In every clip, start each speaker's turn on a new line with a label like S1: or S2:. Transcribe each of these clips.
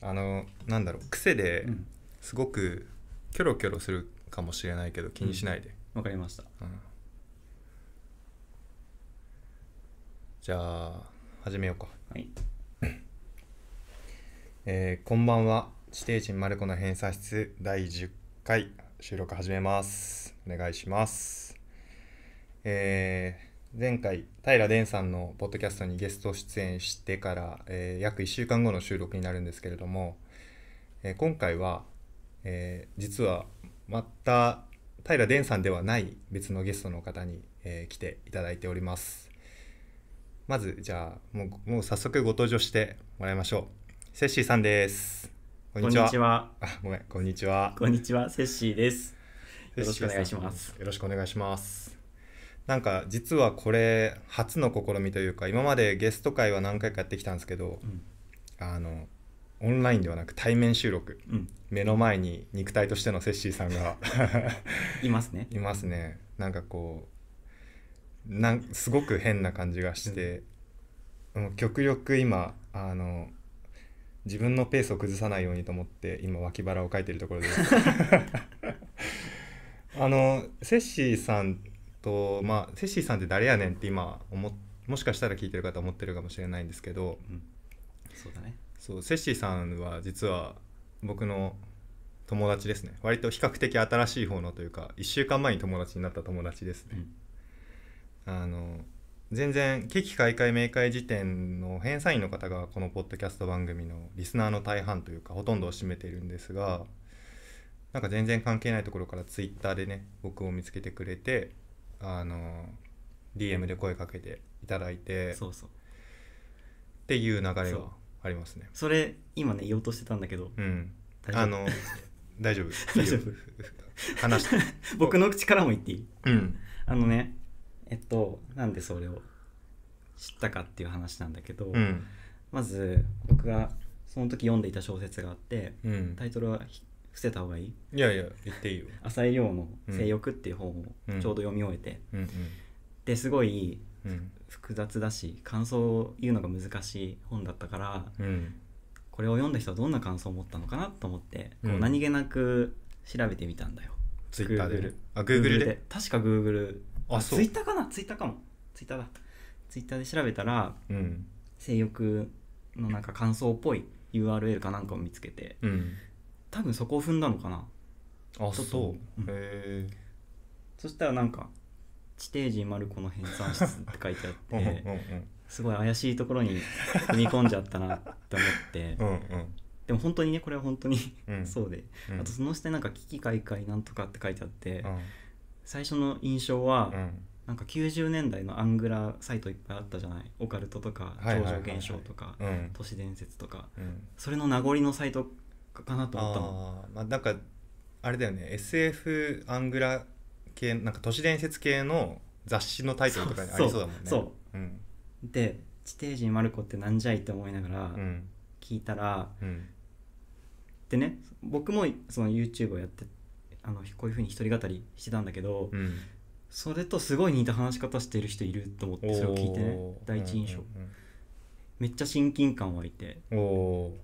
S1: あのなんだろう癖で
S2: うん
S1: すごくキョロキョロするかもしれないけど気にしないで、
S2: わかりました
S1: うんじゃあ始めようか、
S2: はい
S1: えーこんばんは地底人マルコの偏差室第10回収録始めますお願いしますえー前回平伝さんのポッドキャストにゲスト出演してから、えー約1週間後の収録になるんですけれども、えー今回は、えー実はまた平伝さんではない別のゲストの方に、えー来ていただいておりますまずじゃあもうもう早速ご登場してもらいましょうセッシーさんですこんにちは
S2: は
S1: あごめんこんにちは
S2: こんにちはセッシーですよろしくお願いします
S1: よろしくお願いしますなんか実はこれ初の試みというか今までゲスト会は何回かやってきたんですけど
S2: うん、
S1: あのオンラインではなく対面収録
S2: うん、
S1: 目の前に肉体としてのセッシーさんが
S2: いますね
S1: いますねなんかこうなんすごく変な感じがして、もう極力今あの自分のペースを崩さないようにと思って今脇腹をかいてるところ ですあのセッシーさんとまあセッシーさんって誰やねんって今思っもしかしたら聞いてる方思ってるかもしれないんですけど
S2: うんそうだね
S1: そうセッシーさんは実は僕の友達ですね割と比較的新しい方のというか1週間前に友達になった友達ですね
S2: うん
S1: あの全然「危機開会明快辞典」の編纂員の方がこのポッドキャスト番組のリスナーの大半というかほとんどを占めているんですがなんか全然関係ないところからツイッターでね僕を見つけてくれてあの DM で声かけていただいてっ
S2: そうそう
S1: ていう流れ
S2: そ
S1: が
S2: う
S1: ありますね。
S2: それ今ね言おうとしてたんだけど
S1: うん、
S2: 大丈夫
S1: あの大丈夫
S2: 大丈夫
S1: いいよ話して
S2: 僕の口からも言っていい
S1: うん
S2: あのねえっとなんでそれを知ったかっていう話なんだけど、
S1: うん
S2: まず僕がその時読んでいた小説があって
S1: うん
S2: タイトルはひ伏せた方がいい
S1: いやいや言っていいよ
S2: 浅井亮の「性欲」っていう本をちょうど読み終えて、
S1: うん
S2: ですごい
S1: うん
S2: 複雑だし感想を言うのが難しい本だったから
S1: うん
S2: これを読んだ人はどんな感想を持ったのかなと思って、こう
S1: うん
S2: 何気なく調べてみたんだよ
S1: ツイッターでね
S2: Google
S1: あグーグルで
S2: 確か Google
S1: あそう
S2: ツイッターかなツイッターかもツイッターだツイッターで調べたら
S1: うん
S2: 性欲のなんか感想っぽい URL かなんかを見つけて
S1: うん
S2: 多分そこを踏んだのかな
S1: あ
S2: ちょっと
S1: そう
S2: うん
S1: へ
S2: そしたらなんか「地底人マルコの編纂室」って書いてあっ
S1: えうんうん
S2: てすごい怪しいところに踏み込んじゃったなって思って
S1: うんうん
S2: でも本当にねこれは本当に
S1: うんうん
S2: そうで、
S1: うん
S2: あとその下になんか「危機開会なんとか」って書いてあって、
S1: うん
S2: 最初の印象は、
S1: うん
S2: なんか90年代のアングラサイトいっぱいあったじゃないオカルトとか
S1: はいはい
S2: 超
S1: はいは
S2: 常
S1: い
S2: 現象とか
S1: うん
S2: 都市伝説とか
S1: うん
S2: それの名残のサイトかなと思ったの
S1: あーまあなんかあれだよね SF アングラ系なんか都市伝説系の雑誌のタイトルとかにありそうだもんね
S2: そうそう
S1: うん
S2: で地底人マルコってなんじゃいって思いながら
S1: うん
S2: 聞いたら、
S1: うん
S2: でね僕もその YouTube をやってあのこういうふうに一人語りしてたんだけど、
S1: うん
S2: それとすごい似た話し方してる人いると思ってそれを聞いてね
S1: おー
S2: 第一印象、
S1: うんうん
S2: めっちゃ親近感湧いて
S1: うんおー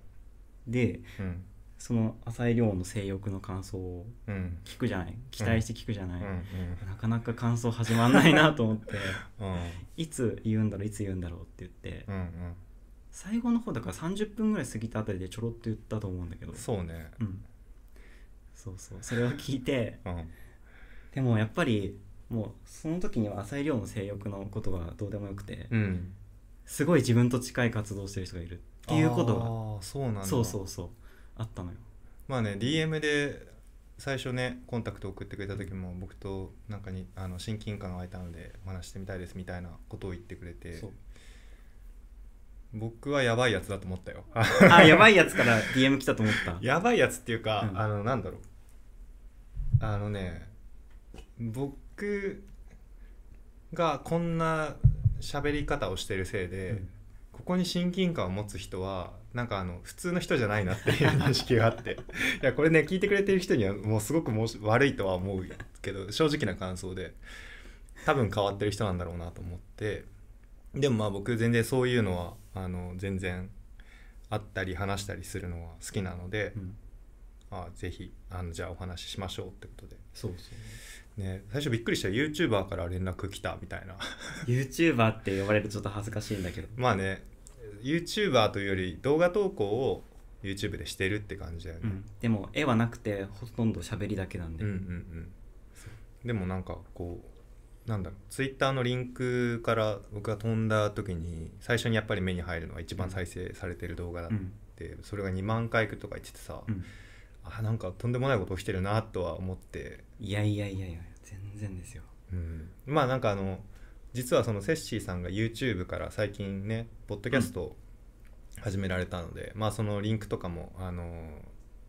S2: で
S1: うん
S2: その浅井亮の性欲の感想を
S1: うん
S2: 聞くじゃない期待して聞くじゃない、
S1: うん
S2: なかなか感想始まんないなと思って
S1: うん
S2: いつ言うんだろういつ言うんだろうって言って、
S1: うんうん
S2: 最後の方だから30分ぐらい過ぎたあたりでちょろっと言ったと思うんだけど
S1: そうね
S2: うん、そうそうそれを聞い て
S1: うん
S2: でもやっぱりもうその時には浅井亮の性欲のことはどうでもよくて、
S1: うん
S2: すごい自分と近い活動をしてる人がいるっていうことが
S1: ああそうなんだ
S2: そうそうそうあったのよ
S1: まあね DM で最初ねコンタクト送ってくれた時も僕となんかにあの親近感が湧いたのでお話してみたいですみたいなことを言ってくれて
S2: そう
S1: 僕はやばいやつだと思ったよ
S2: あやばいやつから DM 来たと思った
S1: やばいやつっていうか、
S2: うん
S1: あのなんだろうあのね僕がこんな喋り方をしてるせいで、
S2: うん
S1: ここに親近感を持つ人はなんかあの普通の人じゃないなっていう認識があって いやこれね聞いてくれてる人にはもうすごくもし悪いとは思うけど正直な感想で多分変わってる人なんだろうなと思ってでもまあ僕全然そういうのはあの全然会ったり話したりするのは好きなので、
S2: うん、
S1: あぜひあのじゃあお話ししましょうってことで、
S2: そう
S1: ね、最初びっくりした YouTuber から連絡来たみたいな
S2: そう YouTuber って呼ばれるとちょっと恥ずかしいんだけど
S1: まあね YouTuber というより動画投稿を YouTube でしてるって感じだよね、
S2: うん、でも絵はなくてほとんど喋りだけなんで、
S1: うんうんうんでもなんかこうなんだろうツイッターのリンクから僕が飛んだ時に最初にやっぱり目に入るのが一番再生されてる動画だっ
S2: うん
S1: て、それが2万回いくとか言っててさ、
S2: うん
S1: あなんかとんでもないこと起きてるなとは思って、
S2: いやいやいやいや全然ですよ
S1: うん、まあなんかあの実はそのセッシーさんが YouTube から最近ねポッドキャストを始められたので、まあそのリンクとかもあの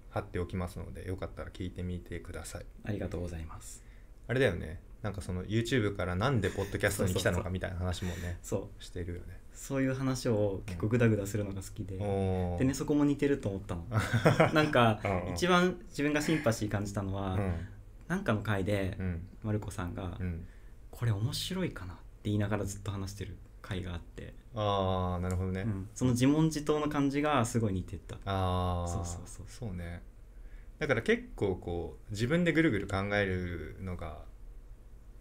S1: 貼っておきますのでよかったら聞いてみてください。
S2: ありがとうございます
S1: あれだよねなんかその YouTube からなんでポッドキャストに来たの
S2: そうそうそ
S1: か
S2: う
S1: みたいな話もね
S2: そう
S1: してるよね
S2: そういう話を結構グダグダするのが好きで、
S1: おー
S2: でねそこも似てると思っ たのなんか
S1: うんうん
S2: 一番自分がシンパシー感じたのは、
S1: うん
S2: なんかの回で
S1: うん
S2: まる子さんが、
S1: うん
S2: これ面白いかなって言いながらずっと話してる回があって、
S1: ああなるほどね、
S2: うんその自問自答の感じがすごい似てった
S1: ああ
S2: そうそうそう
S1: そうねだから結構こう自分でぐるぐる考えるのが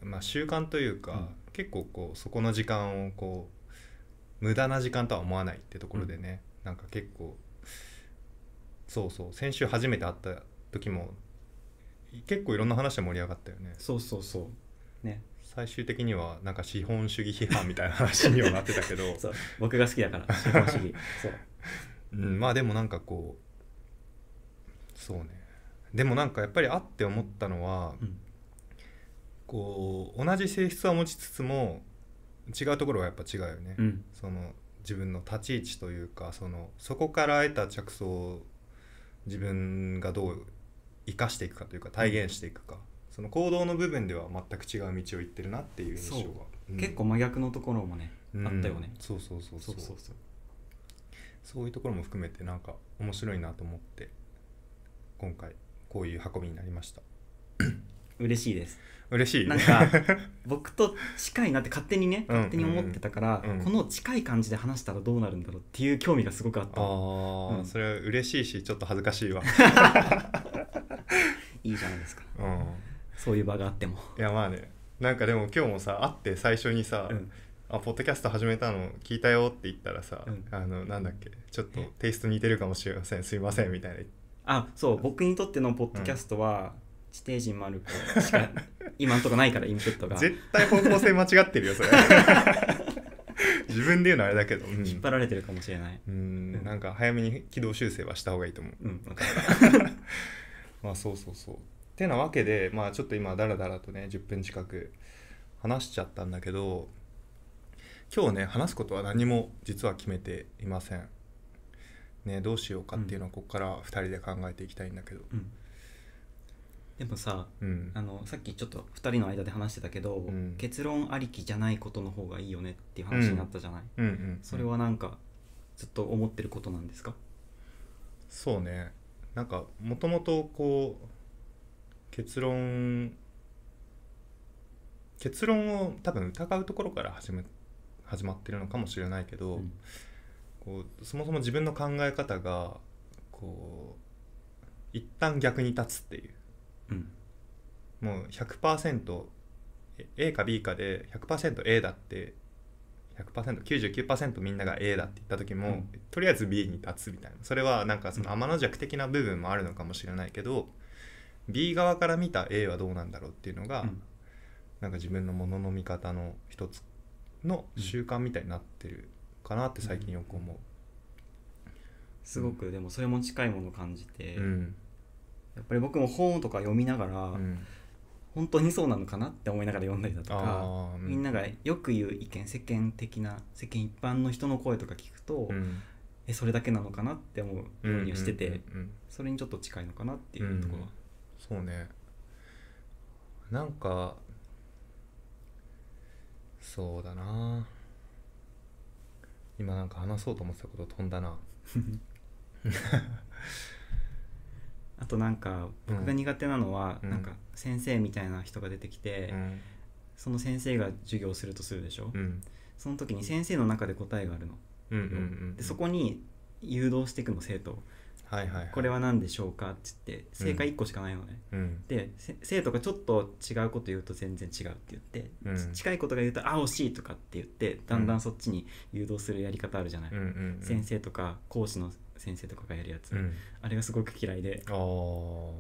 S1: まあ習慣というか、
S2: うん
S1: 結構こうそこの時間をこう無駄な時間とは思わないってところでね、なんか結構そうそう先週初めて会った時も結構いろんな話で盛り上がったよね
S2: そうそうそうね
S1: 最終的にはなんか資本主義批判みたいな話にはなってたけど
S2: そう僕が好きだ から資本主義そう
S1: うん、まあでもなんかこうそうねでもなんかやっぱりあって思ったのは、
S2: うん
S1: こう同じ性質は持ちつつも違うところはやっぱ違うよね、
S2: うん
S1: その自分の立ち位置というかそのそこから得た着想を自分がどう生かしていくかというか体現していくか、その行動の部分では全く違う道を行ってるなっていう印象が
S2: そう、結構真逆のところもね、
S1: うん
S2: あったよね
S1: そうそうそうそう
S2: そう
S1: そういうところも含めてなんか面白いなと思って今回こういう運びになりました
S2: 嬉しいです
S1: 嬉しい
S2: なんか僕と近いなって勝手にね
S1: うん
S2: 勝手に思ってたから、
S1: うんうん
S2: この近い感じで話したらどうなるんだろうっていう興味がすごくあっ
S1: あ
S2: た
S1: ー、
S2: うん
S1: それは嬉しいしちょっと恥ずかし いわ
S2: いいじゃないですか
S1: うん
S2: そういう場があっても、
S1: いやまあねなんかでも今日もさ会って最初にさ、
S2: うん
S1: あポッドキャスト始めたの聞いたよって言ったらさ、
S2: うん
S1: あのなんだっけちょっと
S2: え
S1: テイスト似てるかもしれませんすいませんみたいな
S2: あそう僕にとってのポッドキャストは、地底人丸子しか今んとこないからインプッ トが
S1: 絶対方向性間違ってる よそれ自分で言うのあれだけど、うん
S2: 引っ張られてるかもしれない
S1: うんなんか早めに軌道修正はした方がいいと思う
S2: うんわかる
S1: まあそうそうそう。てなわけで、まあ、ちょっと今だらだらとね10分近く話しちゃったんだけど今日ね話すことは何も実は決めていません。ねどうしようかっていうのはここから2人で考えていきたいんだけど。
S2: うんでもさ
S1: うん
S2: あ、のさっきちょっと2人の間で話してたけど、
S1: ん
S2: 結論ありきじゃないことの方がいいよねっていう話になったじゃない、
S1: うんうん、
S2: それはなんかずっと思ってることなんですか
S1: そうねなんかもともとこう結論結論を多分疑うところから始め始まってるのかもしれないけど、
S2: うん
S1: こうそもそも自分の考え方がこう一旦逆に立つっていう
S2: うん
S1: もう 100%A A か B かで 100%A だって 100%99% みんなが A だって言った時も、
S2: うん
S1: とりあえず B に立つみたいなそれはなんかその天の弱的な部分もあるのかもしれないけど B 側から見た A はどうなんだろうっていうのが、
S2: うん
S1: なんか自分のものの見方の一つの習慣みたいになってるかなって最近よく思
S2: すごくでもそれも近いものを感じて、
S1: う。うん
S2: やっぱり僕も本とか読みながら、
S1: うん
S2: 本当にそうなのかなって思いながら読んだりだとか、
S1: あーうん
S2: みんながよく言う意見世間的な世間一般の人の声とか聞くと、
S1: うん
S2: えそれだけなのかなって思うようにはしてて、
S1: うんうんうんうん
S2: それにちょっと近いのかなっていうところは、
S1: そうねなんかそうだな今なんか話そうと思ってたこと飛んだな
S2: あとなんか僕が苦手なのは、
S1: うん
S2: なんか先生みたいな人が出てきて、
S1: うん
S2: その先生が授業をするとするでしょ、
S1: うん
S2: その時に先生の中で答えがあるの、
S1: うんうんうん
S2: でそこに誘導していくの生徒を
S1: はいはいはい
S2: これは何でしょうかって言って正解1個しかないのね、
S1: うん
S2: でせ生徒がちょっと違うこと言うと全然違うって言って、
S1: うん
S2: ち近いことが言うと「あ惜しい」とかって言ってだんだんそっちに誘導するやり方あるじゃない、
S1: うんうんうん
S2: 先生とか講師の先生とかがやるやつ、
S1: うん
S2: あれがすごく嫌いで
S1: あー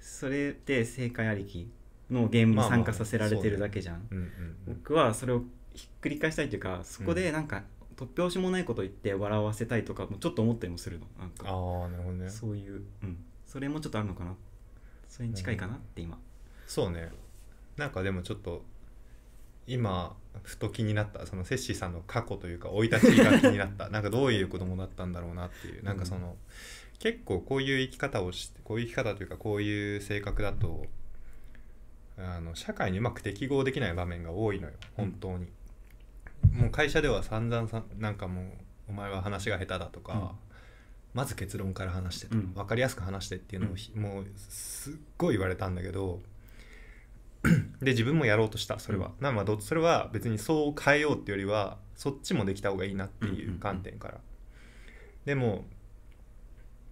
S2: それで正解ありきのゲームに参加させられてるだけじゃん、
S1: うんうんうん
S2: 僕はそれをひっくり返したいというかそこでなんか突拍子もないこと言って笑わせたいとかもちょっと思ったりもするのなん
S1: あ
S2: か
S1: あなるほどねそ
S2: そういう、うん、それもちょっとあるのかなそれに近いかなって今、
S1: うねなんかでもちょっと今ふと気になったそのセッシーさんの過去というか生い立ちが気になったなんかどういう子供だったんだろうなっていうなんかその、結構こういう生き方をしてこういう生き方というかこういう性格だとあの社会にうまく適合できない場面が多いのよ本当に、もう会社では散々さなんかもうお前は話が下手だとか、
S2: うん
S1: まず結論から話してと
S2: うん
S1: 分かりやすく話してっていうのをひ、もうすっごい言われたんだけ どで自分もやろうとしたそれは、なまあどそれは別にそう変えようっていうよりはそっちもできた方がいいなっていう観点から、でも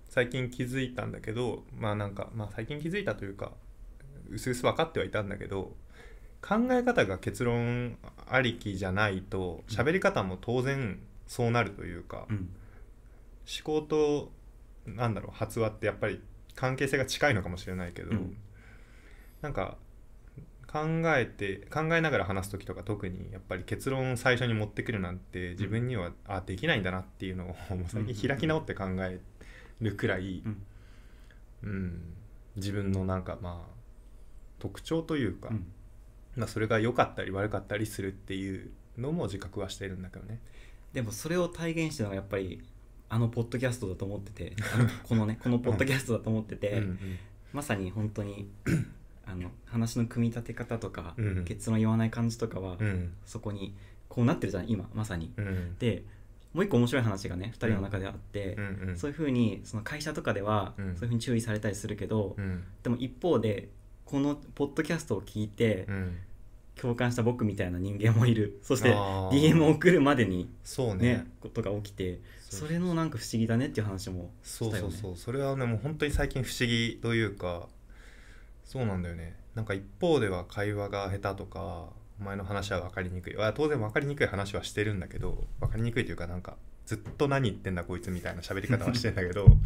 S1: 最近気づいたんだけどまあなんか、まあ、最近気づいたというかうすうす分かってはいたんだけど考え方が結論ありきじゃないと喋り方も当然そうなるというか、
S2: うん
S1: 思考となんだろう発話ってやっぱり関係性が近いのかもしれないけど、
S2: うん
S1: なんか考えて考えながら話す時とか特にやっぱり結論を最初に持ってくるなんて自分には、あできないんだなっていうのをもう最近開き直って考えるくらい、
S2: うん
S1: うん自分のなんかまあ特徴というか、
S2: うん
S1: まあ、それが良かったり悪かったりするっていうのも自覚はしているんだけどね。
S2: でもそれを体現したのがやっぱりあのポッドキャストだと思ってて あのこのねこのポッドキャストだと思ってて、
S1: うん
S2: まさに本当にあの話の組み立て方とか、
S1: うんうん
S2: 結論言わない感じとかは、
S1: うん
S2: そこにこうなってるじゃない今まさに。
S1: うんうん
S2: でもう一個面白い話がね2人の中であって、
S1: うんうん
S2: そういうふうにその会社とかでは、
S1: うん
S2: そういうふうに注意されたりするけど、
S1: うん
S2: でも一方でこのポッドキャストを聞いて
S1: うん
S2: 共感した僕みたいな人間もいるそして
S1: あー
S2: DM を送るまでに
S1: そう
S2: ね
S1: ね
S2: ことが起きて
S1: そう
S2: それのなんか不思議だねっていう話も
S1: そ
S2: し
S1: う
S2: た
S1: そ
S2: よ
S1: う
S2: ね
S1: そうそれはねもう本当に最近不思議というかそうなんだよねなんか一方では会話が下手とかお前の話は分かりにくいあ当然分かりにくい話はしてるんだけど分かりにくいというかなんかずっと何言ってんだこいつみたいな喋り方はしてんだけど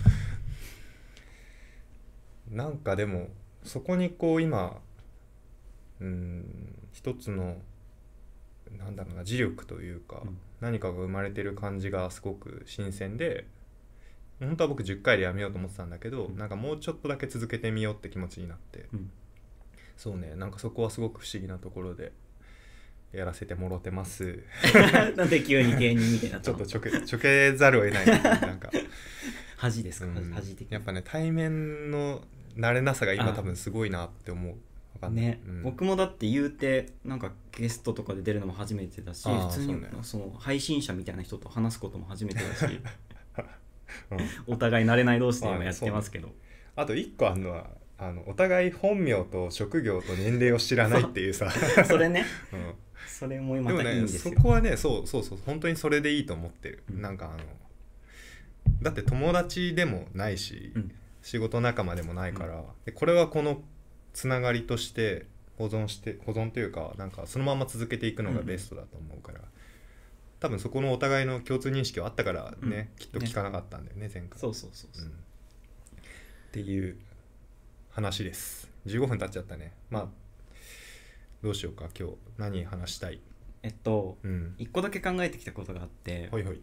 S1: なんかでもそこにこう今うん一つのなんだろうな磁力というか、
S2: うん
S1: 何かが生まれてる感じがすごく新鮮で本当は僕10回でやめようと思ってたんだけど、
S2: うん
S1: なんかもうちょっとだけ続けてみようって気持ちになって
S2: うん
S1: そうねなんかそこはすごく不思議なところでやらせてもろてます
S2: なんで急に芸人みたいになっ
S1: ち
S2: た
S1: ょっ
S2: の
S1: とちょけちょけざるを 得ないなんか、
S2: 恥ですか、
S1: うん
S2: 恥的
S1: やっぱね対面の慣れなさが今多分すごいなって思うわかんない
S2: ね、
S1: うん
S2: 僕もだって言うてなんかゲストとかで出るのも初めてだし
S1: あー
S2: 普通に
S1: そ、
S2: そう
S1: ね
S2: の配信者みたいな人と話すことも初めてだし
S1: うん
S2: お互い慣れない同士で今やってますけど、
S1: あと1個あるのはあのお互い本名と職業と年齢を知らないっていう さ、
S2: それね
S1: うん
S2: それも
S1: で
S2: ま
S1: も
S2: たいいん
S1: ね
S2: です
S1: そ
S2: よ、
S1: こはねそうそうそう本当にそれでいいと思ってる、
S2: うん
S1: なんかあのだって友達でもないし、
S2: うん
S1: 仕事仲間でもないから、でこれはこのつながりとして保存して保存というかなんかそのまま続けていくのがベストだと思うから、多分そこのお互いの共通認識はあったからね、きっと聞かなかったんだよね前回
S2: そうそうそう
S1: う
S2: そ
S1: ん
S2: う、
S1: っていう話です15分経っちゃったねまあどうしようか今日何話したい
S2: えっと
S1: うん
S2: 一個だけ考えてきたことがあって、
S1: ほいほい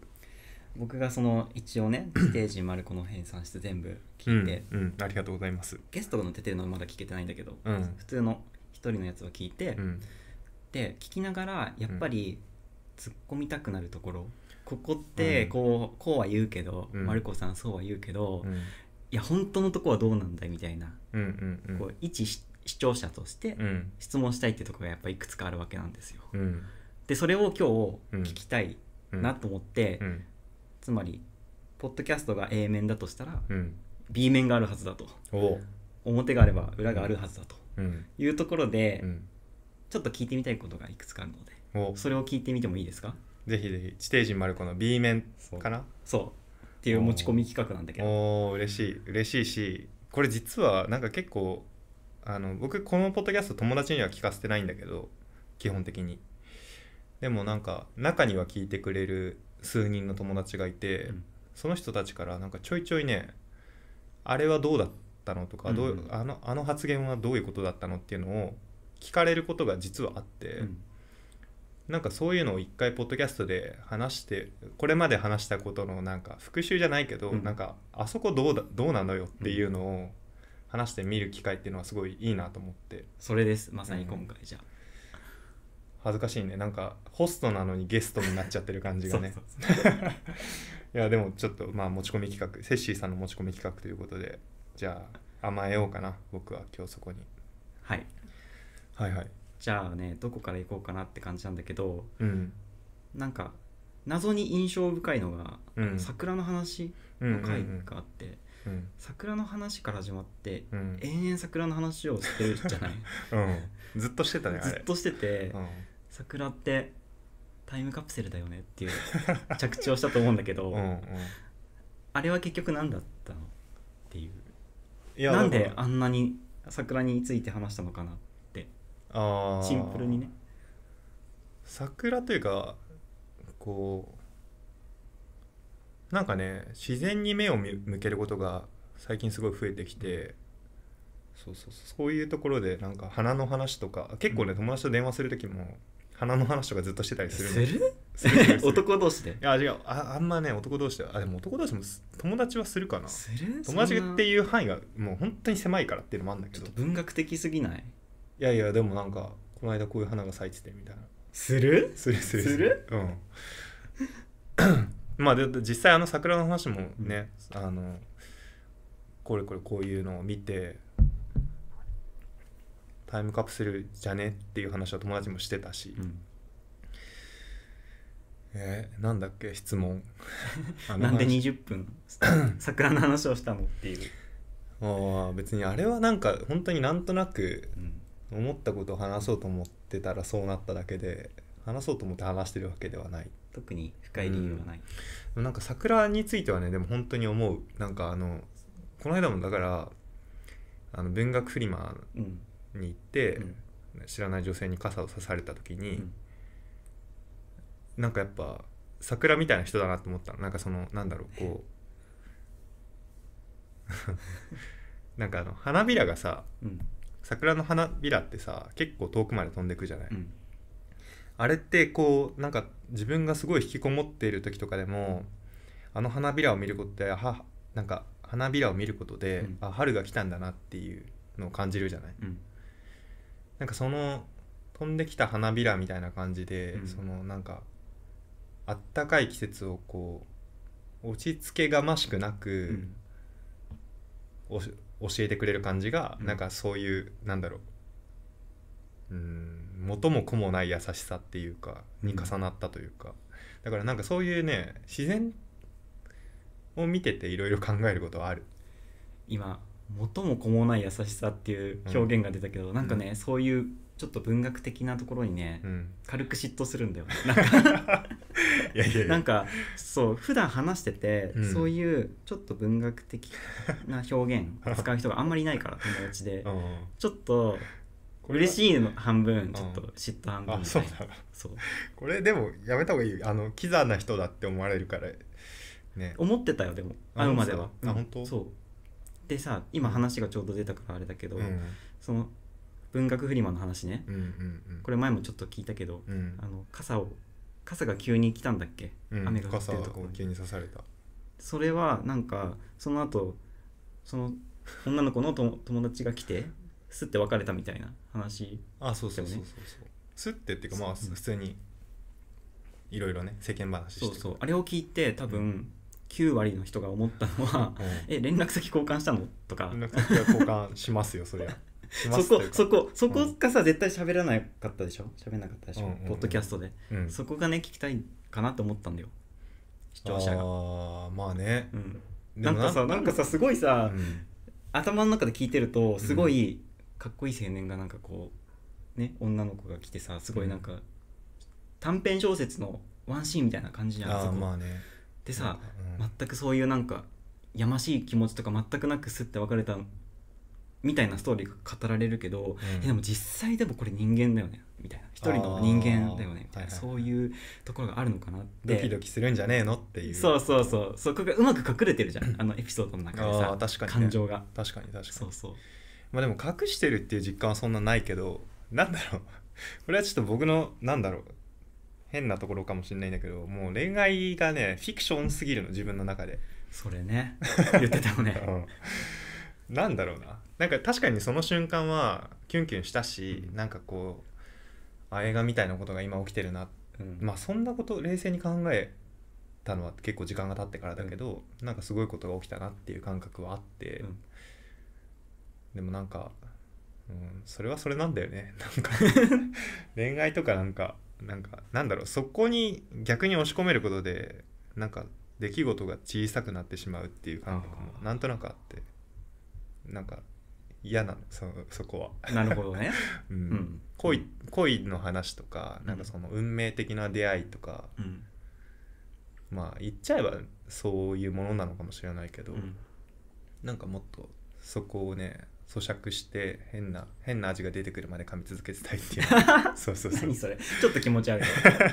S2: 僕がその一 応ねステージマルコの編纂して全部聞いて、
S1: うんうんありがとうございます
S2: ゲストの出てるのはまだ聞けてないんだけど、
S1: うん
S2: 普通の一人のやつを聞いて、
S1: うん
S2: で聞きながらやっぱり突っ込みたくなるところ、ここってこうこうは言うけど、
S1: うん
S2: マルコさんそうは言うけど、
S1: う
S2: い
S1: ん
S2: や本当のとこはどうなんだいみたいな、
S1: うんうんうん
S2: こう一視視聴者として
S1: うん
S2: 質問したいってところがやっぱいくつかあるわけなんですよ。
S1: うん
S2: でそれを
S1: うん
S2: 今日聞きたい
S1: うん
S2: なと思って、
S1: うん
S2: つまりポッドキャストが A 面だとしたら
S1: うん
S2: B 面があるはずだと
S1: おう
S2: 表があれば裏があるはずだと
S1: うん
S2: いうところで、
S1: うん
S2: ちょっと聞いてみたいことがいくつかあるので
S1: お
S2: それを聞いてみてもいいですか
S1: ぜひぜひ地底人マルコの B 面かな
S2: そっていう持ち込み企画なんだけど
S1: おお嬉しい嬉しいしこれ実はなんか結構あの僕このポッドキャスト友達には聞かせてないんだけど基本的にでもなんか中には聞いてくれる数人の友達がいて、
S2: うん
S1: その人たちからなんかちょいちょいねあれはどうだったのとか、どう
S2: うんうん
S1: あのあの発言はどういうことだったのっていうのを聞かれることが実はあって、
S2: うん
S1: なんかそういうのを一回ポッドキャストで話してこれまで話したことのなんか復習じゃないけど、
S2: うん
S1: なんかあそこどうだどうなのよっていうのを話してみる機会っていうのはすごいいいなと思って
S2: それですまさに今回じゃあ
S1: 恥ずかしいねなんかホストなのにゲストになっちゃってる感じが ね
S2: そうそうそう
S1: いやでもちょっとまあ持ち込み企画セッシーさんの持ち込み企画ということでじゃあ甘えようかな僕は今日そこに
S2: はい
S1: はいはい
S2: じゃあねどこから行こうかなって感じなんだけど
S1: うん
S2: なんか謎に印象深いのが、
S1: うん
S2: あの桜の話
S1: うんう
S2: の
S1: ん
S2: 回があって、
S1: うん
S2: 桜の話から始まって、
S1: うん
S2: 延々桜の話をしてるじゃない
S1: うんずっとしてたねあれ
S2: ずっとしてて、
S1: うん
S2: 桜ってタイムカプセルだよねっていう着地をしたと思うんだけど、
S1: うんうん
S2: あれは結局何だったのっていう
S1: いや
S2: なん
S1: だ
S2: で
S1: から
S2: あんなに桜について話したのかなって
S1: あー
S2: シンプルにね
S1: 桜というかこうなんかね自然に目をみ向けることが最近すごい増えてきて、そうそうそうそういうところでなんか花の話とか結構ね、
S2: うん
S1: 友達と電話する時も花の話とかずっとしてたりする
S2: す
S1: の
S2: る
S1: するする
S2: 男同士で
S1: いや違うああんまね男同士ではあでも男同士もす友達はするかな
S2: する
S1: 友達って
S2: う
S1: いう範囲がもう本当に狭いからっていうのもあるんだけ
S2: ちょ
S1: ど
S2: っ
S1: い
S2: と文学的すぎない
S1: やいやでもなんかこの間こういう花が咲いててみたいな
S2: する
S1: するする
S2: する
S1: うん まあで実際あの桜の話もね、あのこれこれこういうのを見てタイムカプセルじゃねっていう話は友達もしてたし、
S2: うん
S1: えーなんだっけ質 問あの話
S2: なんで20分 桜の話をしたのっていう、
S1: あー別にあれはなんか本当になんとなく
S2: うん
S1: 思ったことを話そうと思ってたらそうなっただけで話そうと思って話してるわけではない
S2: 特に深い理由はない、
S1: なんか桜についてはねでも本当に思うなんかあのこの間もだからあの文学フリマ
S2: うん
S1: に行って、
S2: うん
S1: 知らない女性に傘を刺された時に、
S2: うん
S1: なんかやっぱ桜みたいな人だなと思ったのなんかそのなんだろうこう なんかあの花びらがさ
S2: うん
S1: 桜の花びらってさ結構遠くまで飛んでくじゃない、
S2: うん
S1: あれってこうなんか自分がすごい引きこもっている時とかでもあの花びらを見ることではなんか花びらを見ることで、
S2: うん
S1: あ春が来たんだなっていうのを感じるじゃない
S2: うん
S1: なんかその飛んできた花びらみたいな感じで、
S2: うん
S1: そのなんかあったかい季節をこう落ち着けがましくな
S2: う
S1: く
S2: ん
S1: おし、教えてくれる感じが、
S2: うん
S1: なんかそういうなんだろううん元も子もない優しさっていうかに重なったというか、だからなんかそういうね自然を見てていろいろ考えることはある。
S2: 今元も子もない優しさっていう表現が出たけど、なんかね、そういうちょっと文学的なところにね、
S1: うん、
S2: 軽く嫉妬するんだよなんか
S1: いやいやいや
S2: なんかそう普段話してて、
S1: うん
S2: そういうちょっと文学的な表現使う人があんまりいないから友 達で、
S1: うん、
S2: ちょっと嬉
S1: い
S2: しいの半分
S1: ん
S2: ちょっと嫉妬半分
S1: あ
S2: み
S1: そ
S2: た
S1: う
S2: いな
S1: だ
S2: そう
S1: これでもやめた方がいいよあのキザな人だって思われるからね
S2: 思ってたよでも
S1: あ
S2: 会うまでは
S1: そうあ
S2: うん
S1: 本当
S2: そうでさ今話がちょうど出たからあれだけ
S1: う
S2: ど、
S1: んうん
S2: その文学フリマの話ね
S1: うんうん
S2: これ前もちょっと聞いたけど、
S1: うん
S2: あの傘を傘が急に来たんだっけ、
S1: うん
S2: 雨が降ってるとこ
S1: 傘
S2: ろ
S1: を
S2: に
S1: 急に刺された
S2: それはなんかその後その女の子のとも友達が来てすって別れたみたいな話
S1: あそうそう
S2: で
S1: そう
S2: も
S1: そう
S2: ね
S1: そうすってっていうかまあ
S2: そう
S1: 普通にいろいろね世間話して
S2: そうそうあ
S1: れ
S2: れを聞いて多分9割の人が思ったのは 「え連絡先交換したの?」とか
S1: 連絡先は交換しますよそ りゃしますと
S2: そこ
S1: いうか
S2: そこそ
S1: うん
S2: こがさ絶対喋らなかったでしょ喋らなかったでしょ、
S1: うんうんうん
S2: ポッドキャストで、
S1: うん
S2: そこがね聞きたいかなと思ったんだよ視聴者
S1: あ
S2: が、
S1: ーまあね
S2: うん、
S1: で
S2: なん
S1: も
S2: かさなんかさすごいさ、
S1: うん
S2: 頭の中で聞いてるとすごいかっこいい青年がなんかこうね女の子が来てさすごいなんか短編小説のワンシーンみたいな感じじゃん
S1: あ
S2: そ
S1: ー
S2: こ
S1: まあね
S2: でさ、
S1: うん
S2: 全くそういうなんかやましい気持ちとか全くなくすって別れたみたいなストーリーが語られるけど、
S1: うん
S2: えでも実際でもこれ人間だよねみたいな一人の人間だよねみた
S1: あーはい
S2: いな
S1: はい
S2: そういうところがあるのかなって
S1: ドキドキするんじゃねえのっていう
S2: そうそうそうそこがうまく隠れてるじゃんあのエピソードの中で
S1: あ
S2: さ
S1: ー確かにね
S2: 感情が
S1: 確かに確かに
S2: そうそう
S1: まあでも隠してるっていう実感はそんなないけどなんだろう これはちょっと僕のなんだろう変なところかもしれないんだけどもう恋愛がねフィクションすぎるの自分の中で、
S2: それね言ってたよね
S1: うん、なんだろうななんか確かにその瞬間はキュンキュンしたし、
S2: うん
S1: なんかこうあ映画みたいなことが今起きてるな
S2: うん
S1: まあそんなこと冷静に考えたのは結構時間が経ってからだけど、なんかすごいことが起きたなっていう感覚はあって、
S2: うん
S1: でもなんか、うん、それはそれなんだよね なんか恋愛とかなんかなんかなんだろうそこに逆に押し込めることでなんか出来事が小さくなってしまうっていう感覚も
S2: あー
S1: なんとなくあってなんか嫌なのそそこは。
S2: なるほどね
S1: うん
S2: ん
S1: 恋恋の話とか
S2: うん
S1: なんかその運命的な出会いとか、
S2: うん、
S1: まあ言っちゃえばそういうものなのかもしれないけど、
S2: うん
S1: なんかもっとそこをね咀嚼して変な変な味が出てくるまで噛み続けてたい っていうそうそうそう
S2: 何それちょっと気持ち悪い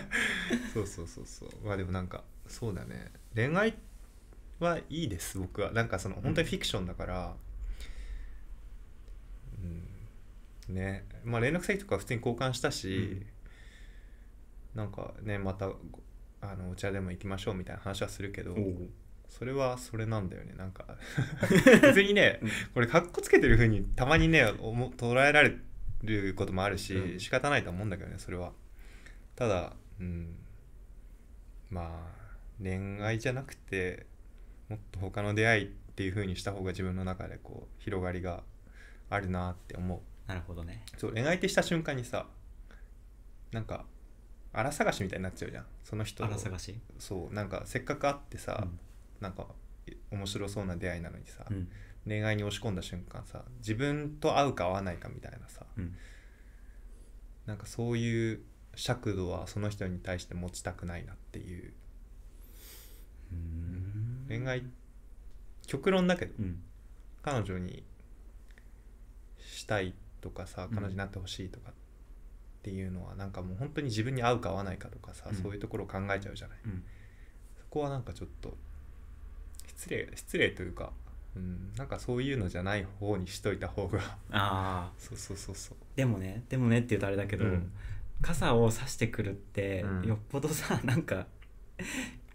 S1: そうそうそうそうまあでもなんかそうだね恋愛はいいです僕はなんかその本当にフィクションだからうん、ねまあ連絡先とか普通に交換したし、なんかねまたごあのお茶でも行きましょうみたいな話はするけど
S2: おう
S1: それはそれなんだよねなん か別にね
S2: うん
S1: これかっこつけてる風にたまにねおも捉えられることもあるし、
S2: うん
S1: 仕方ないと思うんだけどねそれはただうんまあ恋愛じゃなくてもっと他の出会いっていう風にした方が自分の中でこう広がりがあるなって思う
S2: なるほどね
S1: そう恋愛ってした瞬間にさなんか荒探しみたいになっちゃうじゃんその人
S2: あら探し
S1: そうなんかせっかく会ってさ、なんかえ面白そうな出会いなのにさ、
S2: うんうん
S1: 恋愛に押し込んだ瞬間さ自分と合うか合わないかみたいなさ
S2: うん
S1: なんかそういう尺度はその人に対して持ちたくないなっていう恋愛極論だけど
S2: うん
S1: 彼女にしたいとかさ
S2: うん
S1: 彼女になってほしいとかっていうのはなんかもう本当に自分に合うか合わないかとかさ、
S2: うん
S1: そういうところを考えちゃうじゃない
S2: うん
S1: そこはなんかちょっと失礼失礼というか、うん、なんかそういうのじゃない方にしといた方が
S2: ああ
S1: そうそうそうそう
S2: でもねでもねって言うとあれだけど、
S1: うん
S2: 傘を差してくるって、
S1: うん
S2: よっぽどさ なんか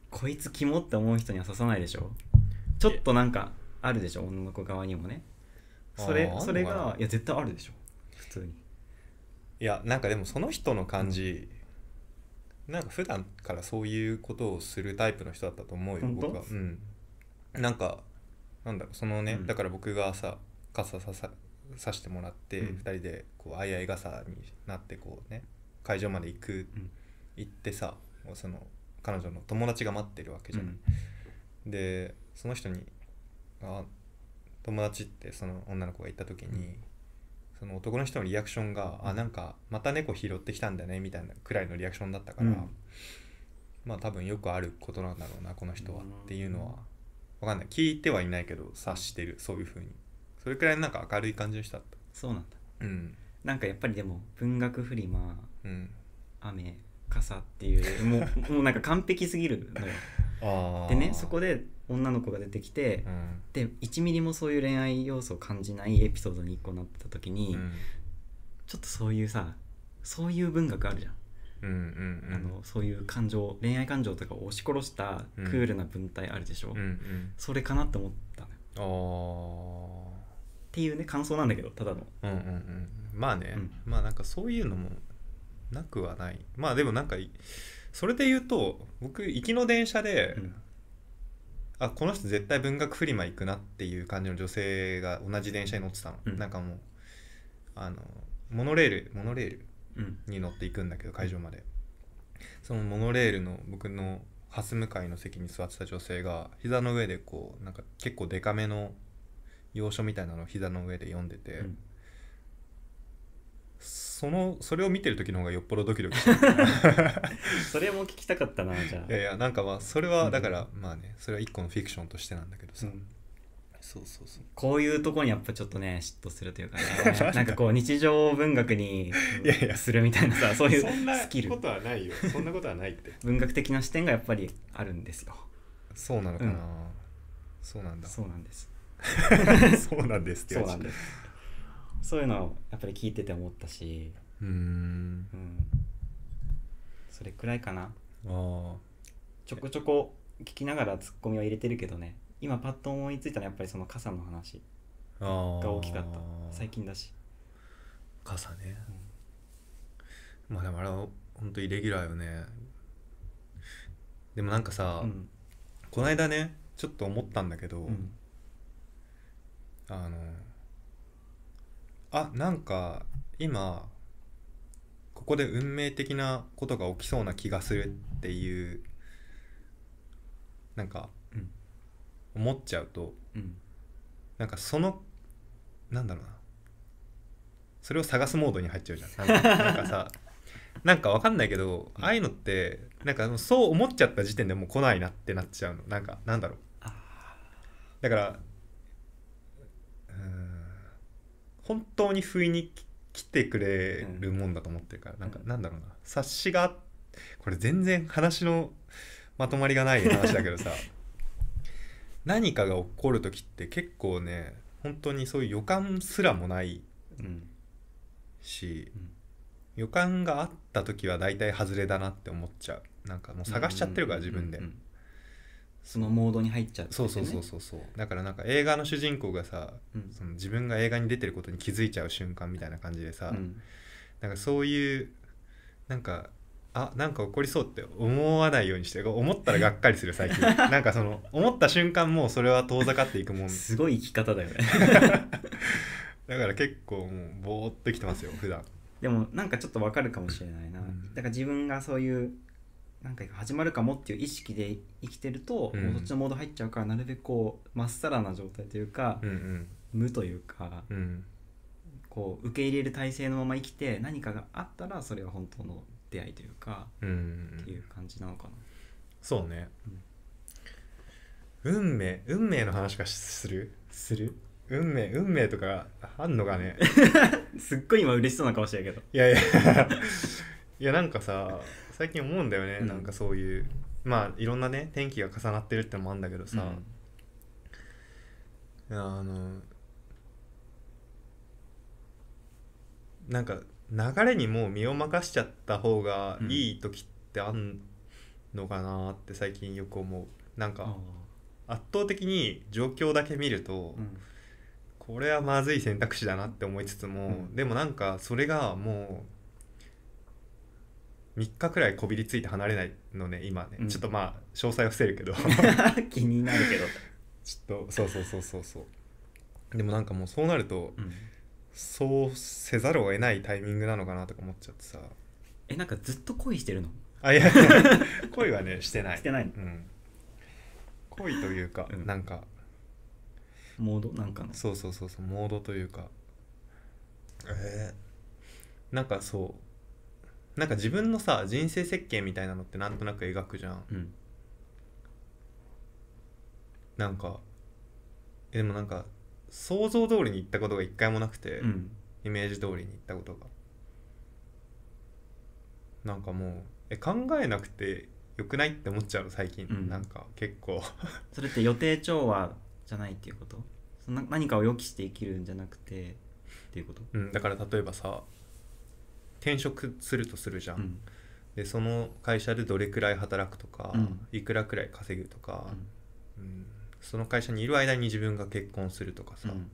S2: こいつキモって思う人には刺さないでしょちょっとなんかあるでしょ女の子側にもねそ
S1: あーあ
S2: れ
S1: んのかな
S2: それがいや絶対あるでしょ普通に
S1: いやなんかでもその人の感じ、なんか普段からそういうことをするタイプの人だったと思うよ
S2: 本当
S1: 僕はうんなんかなんだろうそのね、
S2: うん
S1: だから僕がさ傘さささしてもらって、
S2: うん
S1: 2人でこうあいあい傘になってこうね会場まで行く、
S2: ん
S1: 行ってさもうその彼女の友達が待ってるわけじゃ
S2: う
S1: ない、
S2: ん
S1: でその人にあ友達ってその女の子が言った時に、
S2: うん
S1: その男の人のリアクションが「あなんかまた猫拾ってきたんだね」みたいなくらいのリアクションだったから、
S2: うん
S1: まあ多分よくあることなんだろうなこの人は
S2: うん
S1: っていうのは分かんない聞いてはいないけど察してるそういう風にそれくらいなんか明るい感じの人だっ
S2: そうなんだ
S1: たうん
S2: なんかやっぱりでも文学フリマ
S1: うん
S2: 雨傘っていうもうもうなんか完璧すぎる のよ
S1: あ
S2: でねそこで女の子が出てきて、
S1: うん、
S2: で1ミリもそういう恋愛要素を感じないエピソードに1個なってた時に、
S1: うん
S2: ちょっとそういうさそういう文学あるじゃん、
S1: うんうんうん
S2: あのそういう感情恋愛感情とかを押し殺したク
S1: うん
S2: ールな文体あるでしょ、
S1: うんうん
S2: それかなって思ったのよ
S1: あー
S2: っていうね感想なんだけどただの
S1: うんうんうんまあね、
S2: うん
S1: まあなんかそういうのもなくはないまあでもなんかいそれで言うと僕行きの電車で、
S2: うん
S1: あこの人絶対文学フリマ行くなっていう感じの女性が同じ電車に乗ってたの、
S2: うん
S1: なんかもうあのモノレールモノレール
S2: うん
S1: に乗っていくんだけど会場までそのモノレールの僕の蓮向かいの席に座ってた女性が膝の上でこうなんか結構デカめの要所みたいなのを膝の上で読んでて、
S2: うん
S1: そそのそれを見てる時の方がよっぽどドキドキ します
S2: それも聞きたかったなじゃ
S1: い
S2: あ
S1: やいやなんかまあそれはだから、
S2: う
S1: まあねそれは一個のフィクションとしてなんだけど
S2: う
S1: さ、
S2: ん
S1: そうそうそう
S2: こういうとこにやっぱちょっとね嫉妬するというかね なんかこう日常文学に
S1: いやいや
S2: するみたいな さそういうスキル
S1: とはないよそんなことはないって
S2: 文学的な視点がやっぱりあるんですよ
S1: そうなのかな、
S2: うん
S1: そう なんだ
S2: そうなんです
S1: そうなんですって
S2: そう
S1: やつ
S2: なんですそういうのをやっぱり聞いてて思ったし、
S1: うーん
S2: うん、それくらいかな
S1: あ
S2: ちょこちょこ聞きながらツッコミは入れてるけどね今パッと思いついたのはやっぱりその傘の話
S1: ーあ
S2: が大きかった最
S1: 近
S2: 近だし、
S1: 傘ね
S2: うん
S1: まあでもあれは本当イレギュラーよねでもなんかさ、
S2: うん
S1: この間ねちょっと思ったんだけど、
S2: うん
S1: あのあなんか今ここで運命的なことが起きそうな気がするっていうなんか
S2: うん
S1: 思っちゃうと
S2: うん
S1: なんかそのなんだろうなそれを探すモードに入っちゃうじゃんなんかなんかさ なんかわかんないけどああいうのってなんかそう思っちゃった時点でもう来ないなってなっちゃうのなんかなんだろう
S2: あ
S1: だからうーん本当に不意にき来てくれるもんだと思ってるから、なんか
S2: うん
S1: なんだろうな察しがこれ全然話のまとまりがない話だけど さ何かが起こる時って結構ね本当にそういう予感すらもない
S2: ーうん
S1: し、
S2: うん
S1: 予感があった時は大体外れだなって思っちゃうなんかもう探しちゃってるから自分で、
S2: うんうんうんそのモードに入っちゃうって
S1: そ
S2: こ
S1: う
S2: と
S1: そ
S2: ね
S1: うそうそうそうだからなんか映画の主人公がさ
S2: うん
S1: その自分が映画に出てることに気づいちゃう瞬間みたいな感じでさ、
S2: うん
S1: なんかそういうなんかあなんか起こりそうって思わないようにして思ったらがっかりする 最近なんかその思った瞬間もうそれは遠ざかっていくもん
S2: すごい生き方だよね
S1: だから結構もうぼーっときてますよ普段
S2: でもなんかちょっとわかるかもしれないな、
S1: うん
S2: だから自分がそういうなんか始まるかもっていう意識で生きてると、
S1: うん
S2: もうそっちのモード入っちゃうからなるべくこうまっさらな状態というか、
S1: うん
S2: 無というか
S1: うんうん
S2: こう受け入れる体制のまま生きて何かがあったらそれは本当の出会いというか、
S1: うんうん
S2: っていう感じなのかな
S1: そうね
S2: うん、
S1: 運命運命の話がしする
S2: する
S1: 運命運命とかあんのかね
S2: すっごい今嬉しそうな顔してるけど
S1: いやいや いやなんかさ最近思うんだよね、
S2: うん
S1: なんかそういうまあいろんなね天気が重なってるってのもあるんだけどさ、あのなんか流れにもう身を任しちゃった方がいい時ってあんのかなって最近よく思うなん
S2: あ
S1: か圧倒的に状況だけ見ると、
S2: ーうん
S1: これはまずい選択肢だなって思いつつも、
S2: うん
S1: でもなんかそれがもう3日くらいこびりついて離れないのね今ね、
S2: うん
S1: ちょっとまあ詳細は伏せるけど ちょ
S2: 気になるけど、
S1: っとそうそうそうそうそうでもなんかもうそうなるとそうせざるを得ないタイミングなのかなとか思っちゃってさ
S2: えなんかずっと恋してるの
S1: あい や恋はねしてない
S2: してないの
S1: うん、恋というか、
S2: うん
S1: なんか
S2: モードなんかの
S1: そうそうそうそうモードというかえーなんかそうなんか自分のさ人生設計みたいなのってなんとなく描くじゃん
S2: うん
S1: なんかえでもなんか想像通りに行ったことが一回もなくて、
S2: うん
S1: イメージ通りに行ったことがなんかもうえ考えなくてよくないって思っちゃうの最近、
S2: うん
S1: なんか結構
S2: それって予定調和じゃないっていうことそんな何かを予期して生きるんじゃなくてっていうこと
S1: うんだから例えばさ転職するとするじゃ
S2: う、ん
S1: でその会社でどれくらい働くとか、
S2: うん
S1: いくらくらい稼ぐとか、うんその会社にいる間に自分が結婚するとか
S2: う
S1: さ、
S2: ん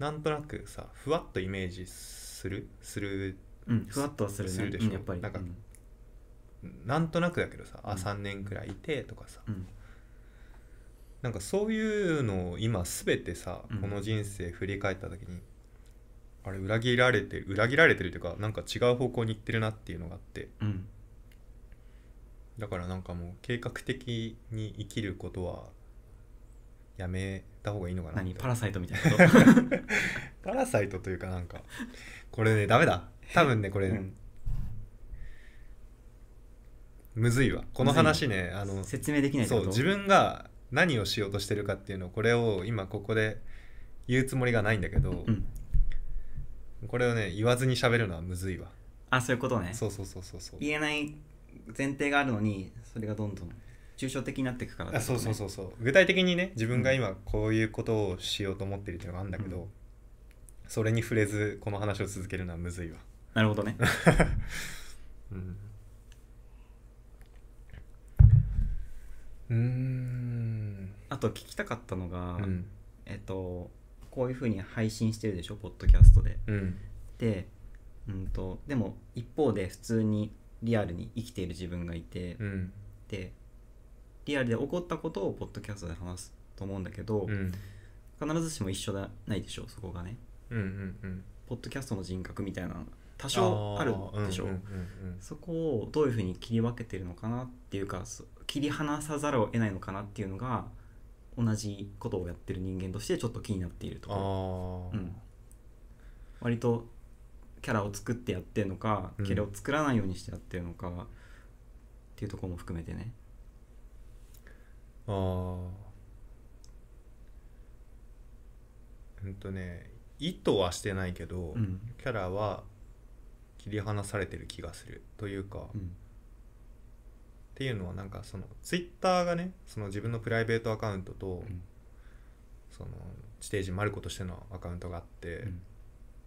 S1: なんとなくさふわっとイメージするする
S2: うんふわっとはするね
S1: するでしょ
S2: うんやっぱり
S1: なんか
S2: うん
S1: なんとなくだけどさ、
S2: う
S1: あ
S2: ん
S1: 3年くらいいてとかさ
S2: うん
S1: なんかそういうのを今全てさ、
S2: うん
S1: この人生振り返った時にあれ裏切られてる裏切られてるというかなんか違う方向に行ってるなっていうのがあって
S2: うん
S1: だからなんかもう計画的に生きることはやめた方がいいのかなって
S2: 何パラサイトみたいなこと
S1: パラサイトというかなんかこれねダメだ多分ねこれ、
S2: うん
S1: むずいわこの話ねあの
S2: 説明できないって
S1: そ
S2: こ
S1: う
S2: と
S1: 自分が何をしようとしてるかっていうのをこれを今ここで言うつもりがないんだけど、
S2: うん
S1: これをね言わずに喋るのはむずいわ
S2: あそういうことね
S1: そうそうそうそうそう
S2: 言えない前提があるのにそれがどんどん抽象的になっていくから
S1: あそうそう
S2: う
S1: そうそう具体的にね自分が今こういうことをしようと思ってるっていうのがあるんだけど、
S2: うん
S1: それに触れずこの話を続けるのはむずいわ、
S2: なるほどね
S1: うん、うーん
S2: あと聞きたかったのが、
S1: うん
S2: えっとこういうふうに配信してるでしょポッドキャストで
S1: うん
S2: でうんとでも一方で普通にリアルに生きている自分がいて、
S1: うん
S2: でリアルで起こったことをポッドキャストで話すと思うんだけど、
S1: うん
S2: 必ずしも一緒じゃないでしょそこがね
S1: うんうんうん
S2: ポッドキャストの人格みたいなのが多少あるでしょ、
S1: あーうんうんうんうん
S2: そこをどういうふうに切り分けてるのかなっていうかそ切り離さざるを得ないのかなっていうのが同じことをやってる人間としてちょっと気になっているところ、
S1: ああ、
S2: うん、割とキャラを作ってやってるのか、
S1: うん
S2: キャラを作らないようにしてやってるのかっていうところも含めてね
S1: あーうんとね意図はしてないけど、
S2: うん
S1: キャラは切り離されてる気がするというか、
S2: う
S1: っ
S2: ん
S1: ていうのはなんかそのツイッターがねその自分のプライベートアカウントと、
S2: うん
S1: その地底人マルコとしてのアカウントがあって、
S2: うん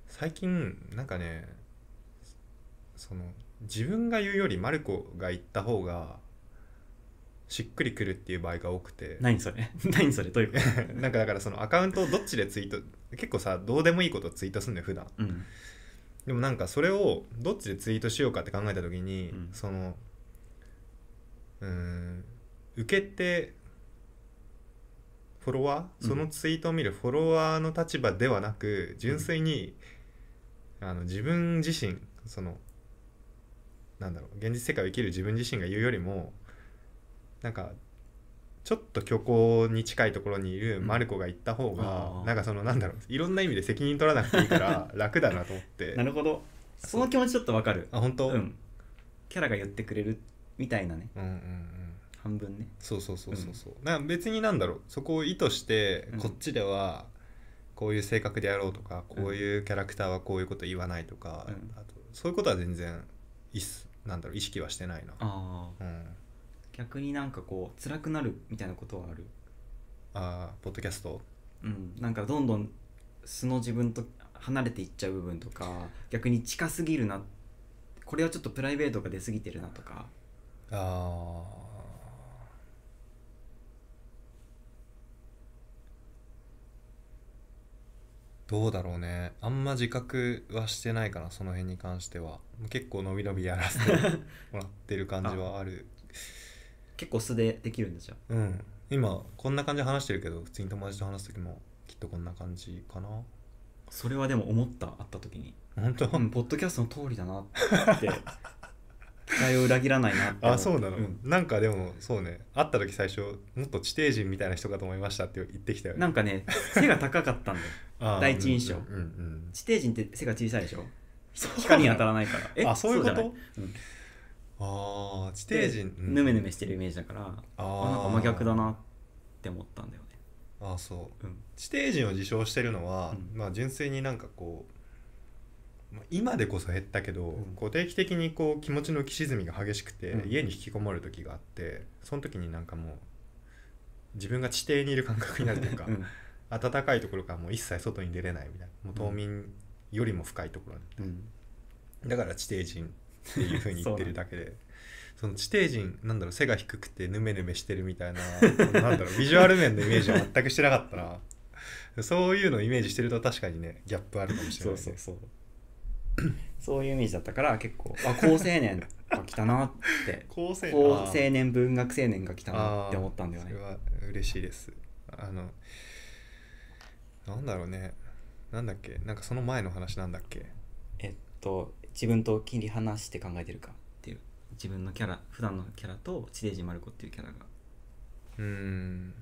S1: 最近なんかねその自分が言うよりマルコが言った方がしっくりくるっていう場合が多くて
S2: 何それ 何それどういうこと
S1: なんかだからそのアカウントをどっちでツイート結構さどうでもいいことツイートすんだよ普段
S2: うん
S1: でもなんかそれをどっちでツイートしようかって考えた時に、
S2: うん
S1: そのうーん受けてフォロワ
S2: う
S1: ー
S2: ん
S1: そのツイートを見るフォロワーの立場ではなく純粋に、あの自分自身そのなんだろう現実世界を生きる自分自身が言うよりもなんかちょっと虚構に近いところにいるマルコが言った方が、
S2: あー
S1: なんかそのなんだろういろんな意味で責任取らなくていいから 楽だなと思って
S2: なるほどその気持ちちょっとわかる
S1: あ本当、
S2: うんキャラが言ってくれるみたいなね
S1: うんうんうん
S2: 半分ね
S1: そうそうそうそうそう、なんか別になんだろうそこを意図して
S2: うん
S1: こっちではこういう性格でやろうとか、こういうキャラクターはこういうこと言わないとか、
S2: うん
S1: あとそういうことは全然いっすなんだろう意識はしてないな
S2: ああ
S1: うん
S2: 逆になんかこう辛くなるみたいなことはある
S1: あーポッドキャスト
S2: うんなんかどんどん素の自分と離れていっちゃう部分とか逆に近すぎるなこれはちょっとプライベートが出過ぎてるなとか
S1: あーどうだろうねあんま自覚はしてないかなその辺に関しては結構伸び伸びやらせ てもらってる感じはある
S2: 結構素でできるんですよ
S1: うん今こんな感じで話してるけど普通に友達と話す時もきっとこんな感じかな
S2: それはでも思った会った時に、
S1: 本当、
S2: うん、ポッドキャストの通りだなって期待を裏切らないなって 思
S1: あ
S2: った
S1: そうなの、
S2: ん
S1: なんかでもそうね会った時最初もっと地底人みたいな人かと思いましたって言ってきたよね
S2: なんかね背が高かったんだよ
S1: あー
S2: 第一印象
S1: うんうんうん
S2: 地底人って背が小さいでしょ
S1: そう
S2: 光に当たらないからえ
S1: あそういうこと
S2: じゃない
S1: ああ地
S2: うん
S1: 底人
S2: でヌメヌメしてるイメージだから
S1: あ
S2: あ
S1: ー
S2: なんか真逆だなって思ったんだよね
S1: あーそう
S2: うん
S1: 地底人を自称してるのは、
S2: うん
S1: まあ純粋になんかこう、まあ、今でこそ減ったけど、
S2: うん
S1: こう定期的にこう気持ちの浮き沈みが激しくて、
S2: うん
S1: 家に引きこもる時があってその時になんかもう自分が地底にいる感覚になるというか、
S2: うん
S1: 暖かいところからもう一切外に出れないみたいなもう冬眠よりも深いところに
S2: うん
S1: だから地底人っていうふうに言ってるだけ でその地底人なんだろう背が低くてヌメヌメしてるみたいな なんだろうビジュアル面のイメージは全くしてなかったなそういうのをイメージしてると確かにねギャップあるかもしれ
S2: そ
S1: ないうね
S2: そうそうそういうイメージだったから結構あ高青年が来たな って
S1: 高生
S2: 高青年文学青年が来たなって思ったんだよ
S1: そ
S2: ね
S1: れは嬉しいですあのなんだろうねなんだっけなんかその前の話なんだっけ
S2: えっと自分と切り離して考えてるかっていう自分のキャラ普段のキャラと地デジマルコっていうキャラが
S1: うーん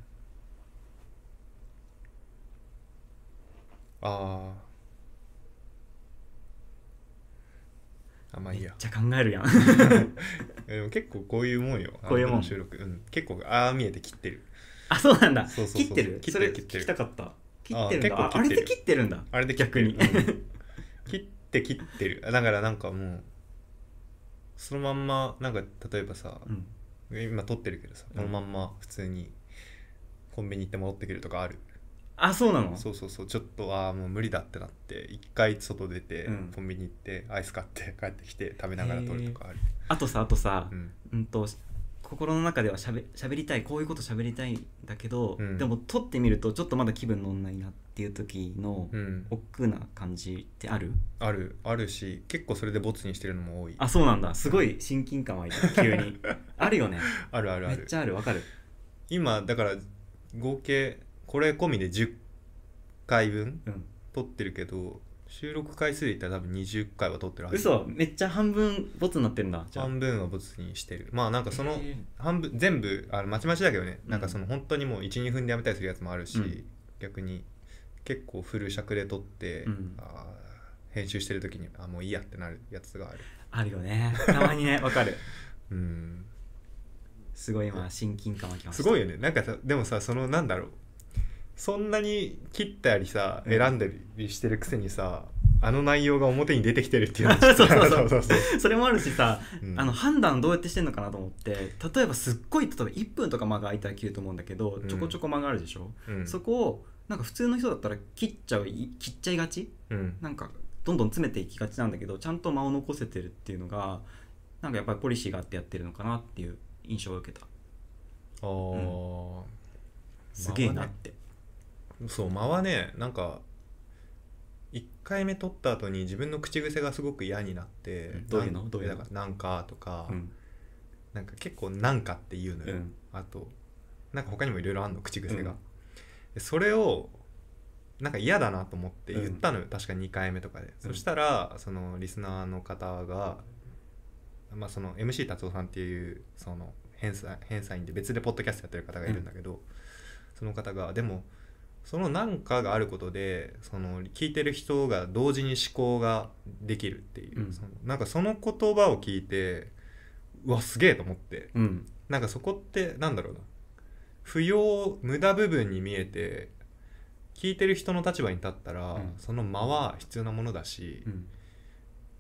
S1: あああまあい
S2: め
S1: い
S2: っ
S1: や
S2: ちゃ考えるやん
S1: えでも結構こういうもんよ
S2: こういうもん
S1: あの収録、うん、結構ああ見えて切ってる
S2: あそうなんだ
S1: そうそうそう
S2: 切ってる
S1: 切ってる
S2: それ
S1: 切ってる
S2: 聞きたかった切ってるんだあ
S1: あ結構
S2: あ
S1: 切っ
S2: れ
S1: てる
S2: で切ってるんだ
S1: あれで切ってる
S2: 逆に
S1: うん切って切ってるあだからなんかもうそのまんまなんか例えばさ
S2: うん
S1: 今撮ってるけどさ
S2: うん
S1: このまんま普通にコンビニ行って戻ってくるとかある、
S2: あそうなの
S1: そうそうそうちょっとああもう無理だってなって一回外出て、
S2: うん
S1: コンビニ行ってアイス買って 帰ってきて食べながら撮るとかある、
S2: あとさあとさ
S1: うん、
S2: うんと心の中ではしゃべしゃべりたいこういうことしゃべりたいんだけど、
S1: うん
S2: でも撮ってみるとちょっとまだ気分乗んないなっていう時の
S1: うん、
S2: 億劫な感じってある
S1: あるあるし結構それでボツにしてるのも多いあ
S2: あそうなんだすごい親近感湧いた急 にあるよね
S1: るあるあ
S2: め
S1: る
S2: っちゃあるわかる
S1: 今だから合計これ込みで10回分
S2: うん
S1: 撮ってるけど収録回数で言ったら多分20回は撮ってるはず
S2: 嘘めっちゃ半分ボツになってんだじゃあ
S1: 半分はボツにしてるまあなんかその
S2: へー
S1: 半分全部あのまちまちだけどね、
S2: うん
S1: なんかその本当にもう12分でやめたりするやつもあるし、
S2: うん
S1: 逆に結構フル尺で撮って、
S2: うん
S1: あー編集してる時にあもういいやってなるやつがある
S2: あるよねたまにねわかる
S1: うん
S2: すごい今親近感湧きました
S1: すごいよねなんかさでもさそのなんだろうそんなに切ったりさ
S2: うん
S1: 選んだりしてるくせにさあの内容が表に出てきてるっていうの
S2: そうそうそう
S1: そうそう
S2: それもあるしさ、
S1: うん
S2: あの判断どうやってしてんのかなと思って例えばすっごい例えば1分とか間が空いたら切ると思うんだけど
S1: うん
S2: ちょこちょこ間があるでしょ、
S1: うん
S2: そこをなんか普通の人だったら切っちゃうい切っちゃいがち
S1: うん
S2: なんかどんどん詰めていきがちなんだけどちゃんと間を残せてるっていうのがなんかやっぱりポリシーがあってやってるのかなっていう印象を受けた
S1: あー
S2: すげえなって、
S1: そう間はねなんか1回目撮った後に自分の口癖がすごく嫌になって、
S2: うんどういうの
S1: なん
S2: どういうの
S1: だからなんか」とか、
S2: うん
S1: なんか結構「なんか」って言うのよ、
S2: うん
S1: あとなんか他にもいろいろあんの口癖が、
S2: うん
S1: でそれをなんか嫌だなと思って言ったのよ、確か2回目とかで、そしたらそのリスナーの方が、まあ、その MC 達夫さんっていうその編纂編纂員で別でポッドキャストやってる方がいるんだけど、その方がでもそのなんかがあることでその聞いてる人が同時に思考ができるっていう、
S2: うん
S1: そのなんかその言葉を聞いてうわすげえと思って
S2: うん、
S1: なんかそこってなんだろうな不要無駄部分に見えて聞いてる人の立場に立ったら、
S2: うん
S1: その間は必要なものだし、
S2: うん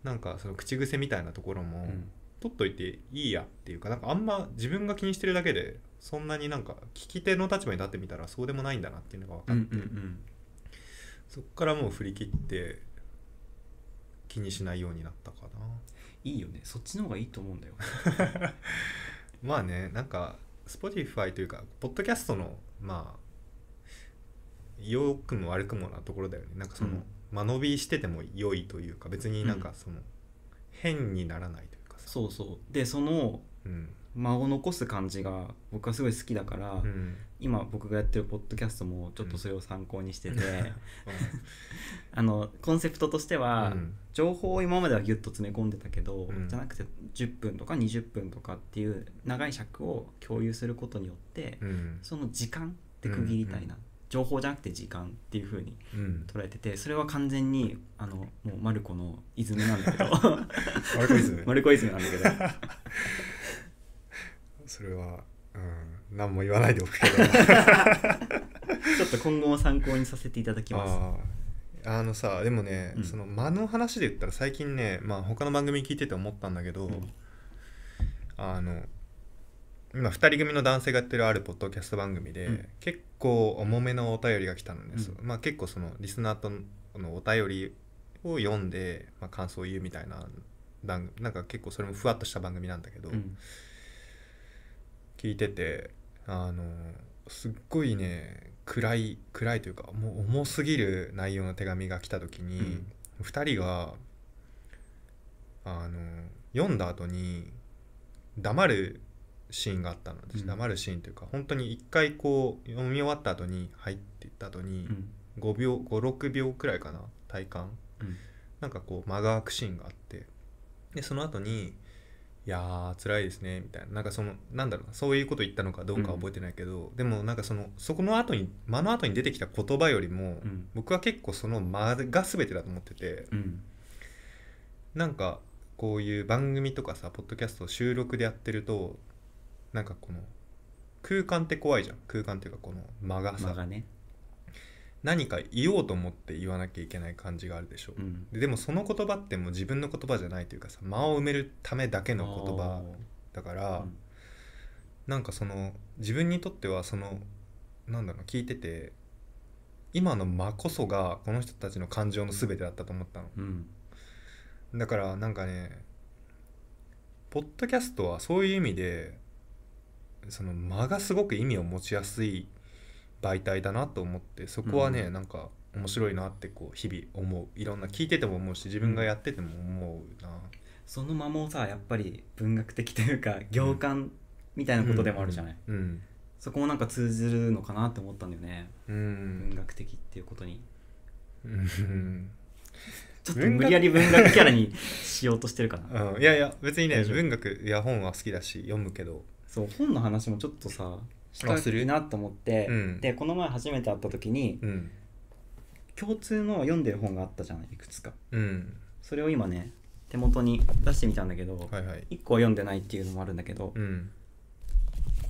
S1: なんかその口癖みたいなところも、
S2: うん
S1: 取っといていいやっていうかなんかあんま自分が気にしてるだけでそんなになんか聞き手の立場に立ってみたらそうでもないんだなっていうのが分
S2: う
S1: かっ
S2: んう
S1: て、
S2: ん
S1: そっからもう振り切って気にしないようになったかない
S2: いよねそっちの方がいいと思うんだよ
S1: まあねなんか Spotify というかポッドキャストのまあ良くも悪くもなところだよねなんかその、
S2: うん
S1: 間延びしてても良いというか別になんかその、変にならないというかさ
S2: そうそうでその
S1: うん
S2: 間を残す感じが僕はすごい好きだから、
S1: うんうん
S2: 今僕がやってるポッドキャストもちょっとそれを参考にしてて、あのコンセプトとしては、
S1: うん
S2: 情報を今まではギュッと詰め込んでたけど、
S1: うん
S2: じゃなくて10分とか20分とかっていう長い尺を共有することによって、
S1: うん
S2: その時間って区切りたいな、情報じゃなくて時間っていう風に
S1: うん
S2: 捉えててそれは完全にあのもうマルコのイズムなんだけど
S1: あれこいつね
S2: マルコイズムなんだけど
S1: それは、うん、何も言わないでおくけど
S2: ちょっと今後も参考にさせていただきます。
S1: あーあのさでもね、
S2: うん
S1: その間の話で言ったら最近ね、まあ、他の番組聞いてて思ったんだけど、
S2: うん
S1: あの今2人組の男性がやってるあるポッドキャスト番組で、
S2: うん
S1: 結構重めのお便りが来たので、
S2: うん
S1: すまあ、結構そのリスナーとのお便りを読んで、まあ、感想を言うみたいな番組なんか結構それもふわっとした番組なんだけど、
S2: うん
S1: 聞いててあのすっごいね暗い暗いというかもう重すぎる内容の手紙が来た時
S2: う
S1: に
S2: ん、
S1: 二2人があの読んだ後に黙るシーンがあったのです、
S2: うん
S1: 黙るシーンというか本当に一回こう読み終わった後に入っていった後に
S2: うん
S1: 5秒56秒くらいかな体感
S2: うん
S1: なんかこう間が空くシーンがあってでその後に「いやー辛いですね」みたいななんかそのなんだろうなそういうこと言ったのかどうかは覚えてないけど、でもなんかそのそこの後に間の後に出てきた言葉よりも、
S2: うん
S1: 僕は結構その間が全てだと思ってて
S2: うん
S1: なんかこういう番組とかさポッドキャストを収録でやってるとなんかこの空間って怖いじゃん空間っていうかこの間がさ
S2: 間がね
S1: 何か言おうと思って言わなきゃいけない感じがあるでしょ、
S2: うん
S1: ででもその言葉ってもう自分の言葉じゃないというかさ間を埋めるためだけの言葉だから、なんかその自分にとってはそのなんだろう聞いてて今の間こそがこの人たちの感情の全てだったと思ったの
S2: うんうん
S1: だからなんかねポッドキャストはそういう意味でその間がすごく意味を持ちやすい媒体だなと思ってそこはね、
S2: うん
S1: なんか面白いなってこう日々思ういろんな聞いてても思うし自分がやってても思うな、
S2: その間もさやっぱり文学的というか行間みたいなことでもあるじゃない、
S1: うん
S2: そこもなんか通ずるのかなって思ったんだよね、
S1: う
S2: 文
S1: ん
S2: 学的っていうことに
S1: うん
S2: ちょっと
S1: 文学
S2: 無理やり文学キャラにしようとしてるかな
S1: うんいやいや別にね
S2: 大丈夫
S1: 文学いや本は好きだし読むけど
S2: そう本の話もちょっとさし
S1: あ
S2: た
S1: する
S2: いなと思って、
S1: うん
S2: でこの前初めて会った時に
S1: うん
S2: 共通の読んでる本があったじゃないいくつか
S1: うん
S2: それを今ね手元に出してみたんだけど、
S1: はいはい
S2: 1個は読んでないっていうのもあるんだけど、
S1: うん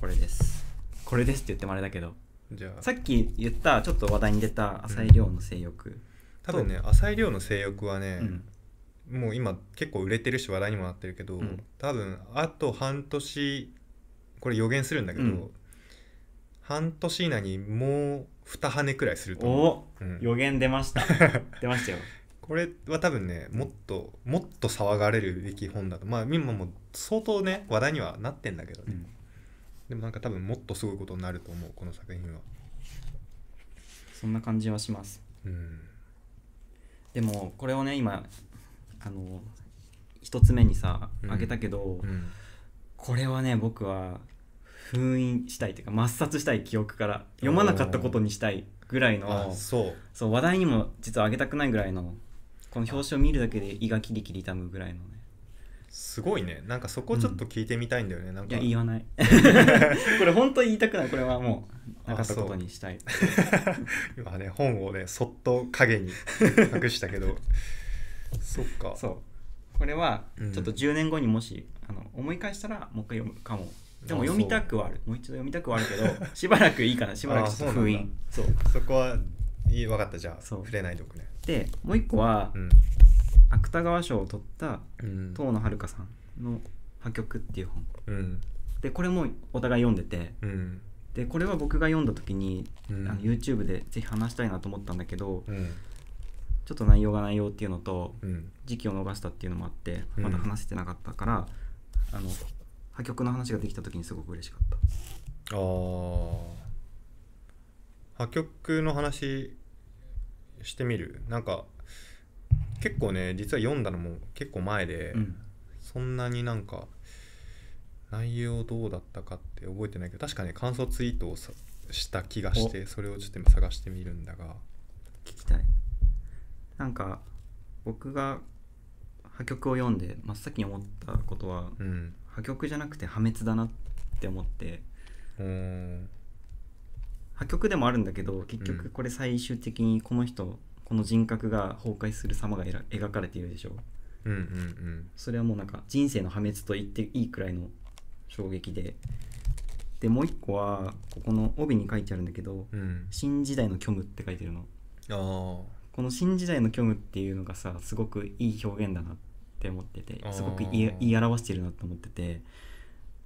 S2: これですこれですって言ってもあれだけど
S1: じゃあ
S2: さっき言ったちょっと話題に出た浅井亮の性欲、
S1: 多分ね浅井亮の性欲はね、
S2: うん
S1: もう今結構売れてるし話題にもなってるけど、
S2: うん
S1: 多分あと半年これ予言するんだけど、
S2: うん
S1: 半年以内にもう二羽ねくらいすると思
S2: お
S1: う、うん
S2: 予言出ました 出ましたよ
S1: これは多分ねもっともっと騒がれるべき本だとまあ今も相当ね話題にはなってんだけど
S2: う
S1: ね、
S2: ん
S1: でもなんか多分もっとすごいことになると思うこの作品は、
S2: そんな感じはします
S1: うん、
S2: でもこれをね今あの一つ目にさ
S1: うん
S2: あげたけど、
S1: うん
S2: これはね僕は封印したいというか抹殺したい記憶から読まなかったことにしたいぐらい
S1: あ
S2: の
S1: そう
S2: そう話題にも実はあげたくないぐらいのこの表紙を見るだけで胃がキリキリ痛むぐらいのね
S1: すごいねなんかそこちょっと聞いてみたいんだよね、なん
S2: い
S1: か
S2: や言わない これ本当に言いたくないこれはもうなかったことにしたい
S1: 今ね本をねそっと影 に隠したけどそっか
S2: そうこれは
S1: うん
S2: ちょっと10年後にもし、あの思い返したらもう一回読むかもでも
S1: あ
S2: 読みたくはあるもう一度読みたくはある けどしばらくいいかなしばらくちょっと封印そう
S1: そこはいい分かったじゃあ
S2: そう
S1: 触れないでおくね
S2: でもう一個は、
S1: うん、
S2: 芥川賞を取った
S1: うん
S2: 遠野遥さんの「破局」っていう本
S1: うん
S2: でこれもお互い読んでて
S1: うん
S2: でこれは僕が読んだ時に、
S1: うん
S2: あの YouTube でぜひ話したいなと思ったんだけど
S1: うん
S2: ちょっと内容が内容っていうのと
S1: うん
S2: 時期を逃したっていうのもあって
S1: うん
S2: まだ話せてなかったから、あの破局の話ができた時にすごく嬉しかった
S1: あー破局の話してみるなんか結構ね実は読んだのも結構前で、
S2: うん
S1: そんなになんか内容どうだったかって覚えてないけど確かね感想ツイートをさした気がしてそれをちょっと今探してみるんだが
S2: 聞きたいなんか僕が破局を読んで真っ先に思ったことは
S1: うん
S2: 破局じゃなくて破滅だなって思って
S1: うーん
S2: 破局でもあるんだけど結
S1: う
S2: 局
S1: ん
S2: これ最終的にこの人、この人格が崩壊する様がえら描かれているでしょ
S1: うんうん
S2: それはもうなんか人生の破滅と言っていいくらいの衝撃ででもう一個はここの帯に書いてあるんだけど
S1: うんうん
S2: 「新時代の虚無」って書いてるの
S1: あー
S2: この「新時代の虚無」っていうのがさすごくいい表現だなって思ってて
S1: あー
S2: すごく言い言い表してるなって思ってて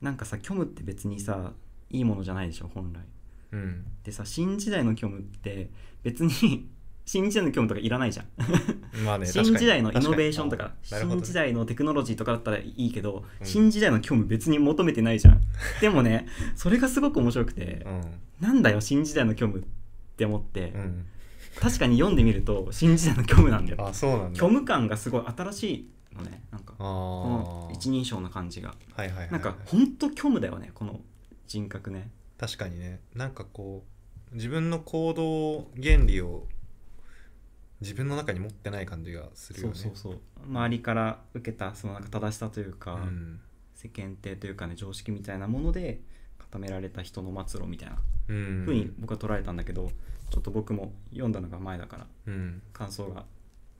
S2: なんかさ虚無って別にさいいものじゃないでしょ本来
S1: うん
S2: でさ新時代の虚無って別に 新時代の虚無とかいらないじゃん、
S1: まあね
S2: 新時代のイノベーションとか
S1: 確にあーなるほど
S2: 新
S1: ね
S2: 時代のテクノロジーとかだったらいいけど、
S1: うん
S2: 新時代の虚無別に求めてないじゃ んでもねそれがすごく面白くて、なんだよ新時代の虚無って思って、
S1: うん
S2: 確かに読んでみると新時代の虚無なんだ
S1: う
S2: よ
S1: んあそうなんだ
S2: 虚無感がすごい新しいのねなんか
S1: あ
S2: こ
S1: あ
S2: の一人称の感じが
S1: はいはいはいはい
S2: なんかほんと虚無だよねこの人格ね
S1: 確かにねなんかこう自分の行動原理を自分の中に持ってない感じがするよ
S2: そう
S1: ね
S2: そうそう周りから受けたそのなんか正しさというか、
S1: ん
S2: 世間体というかね常識みたいなもので固められた人の末路みたいな
S1: うん
S2: ふうに僕は捉えたんだけど、ちょっと僕も読んだのが前だから
S1: うん
S2: 感想が、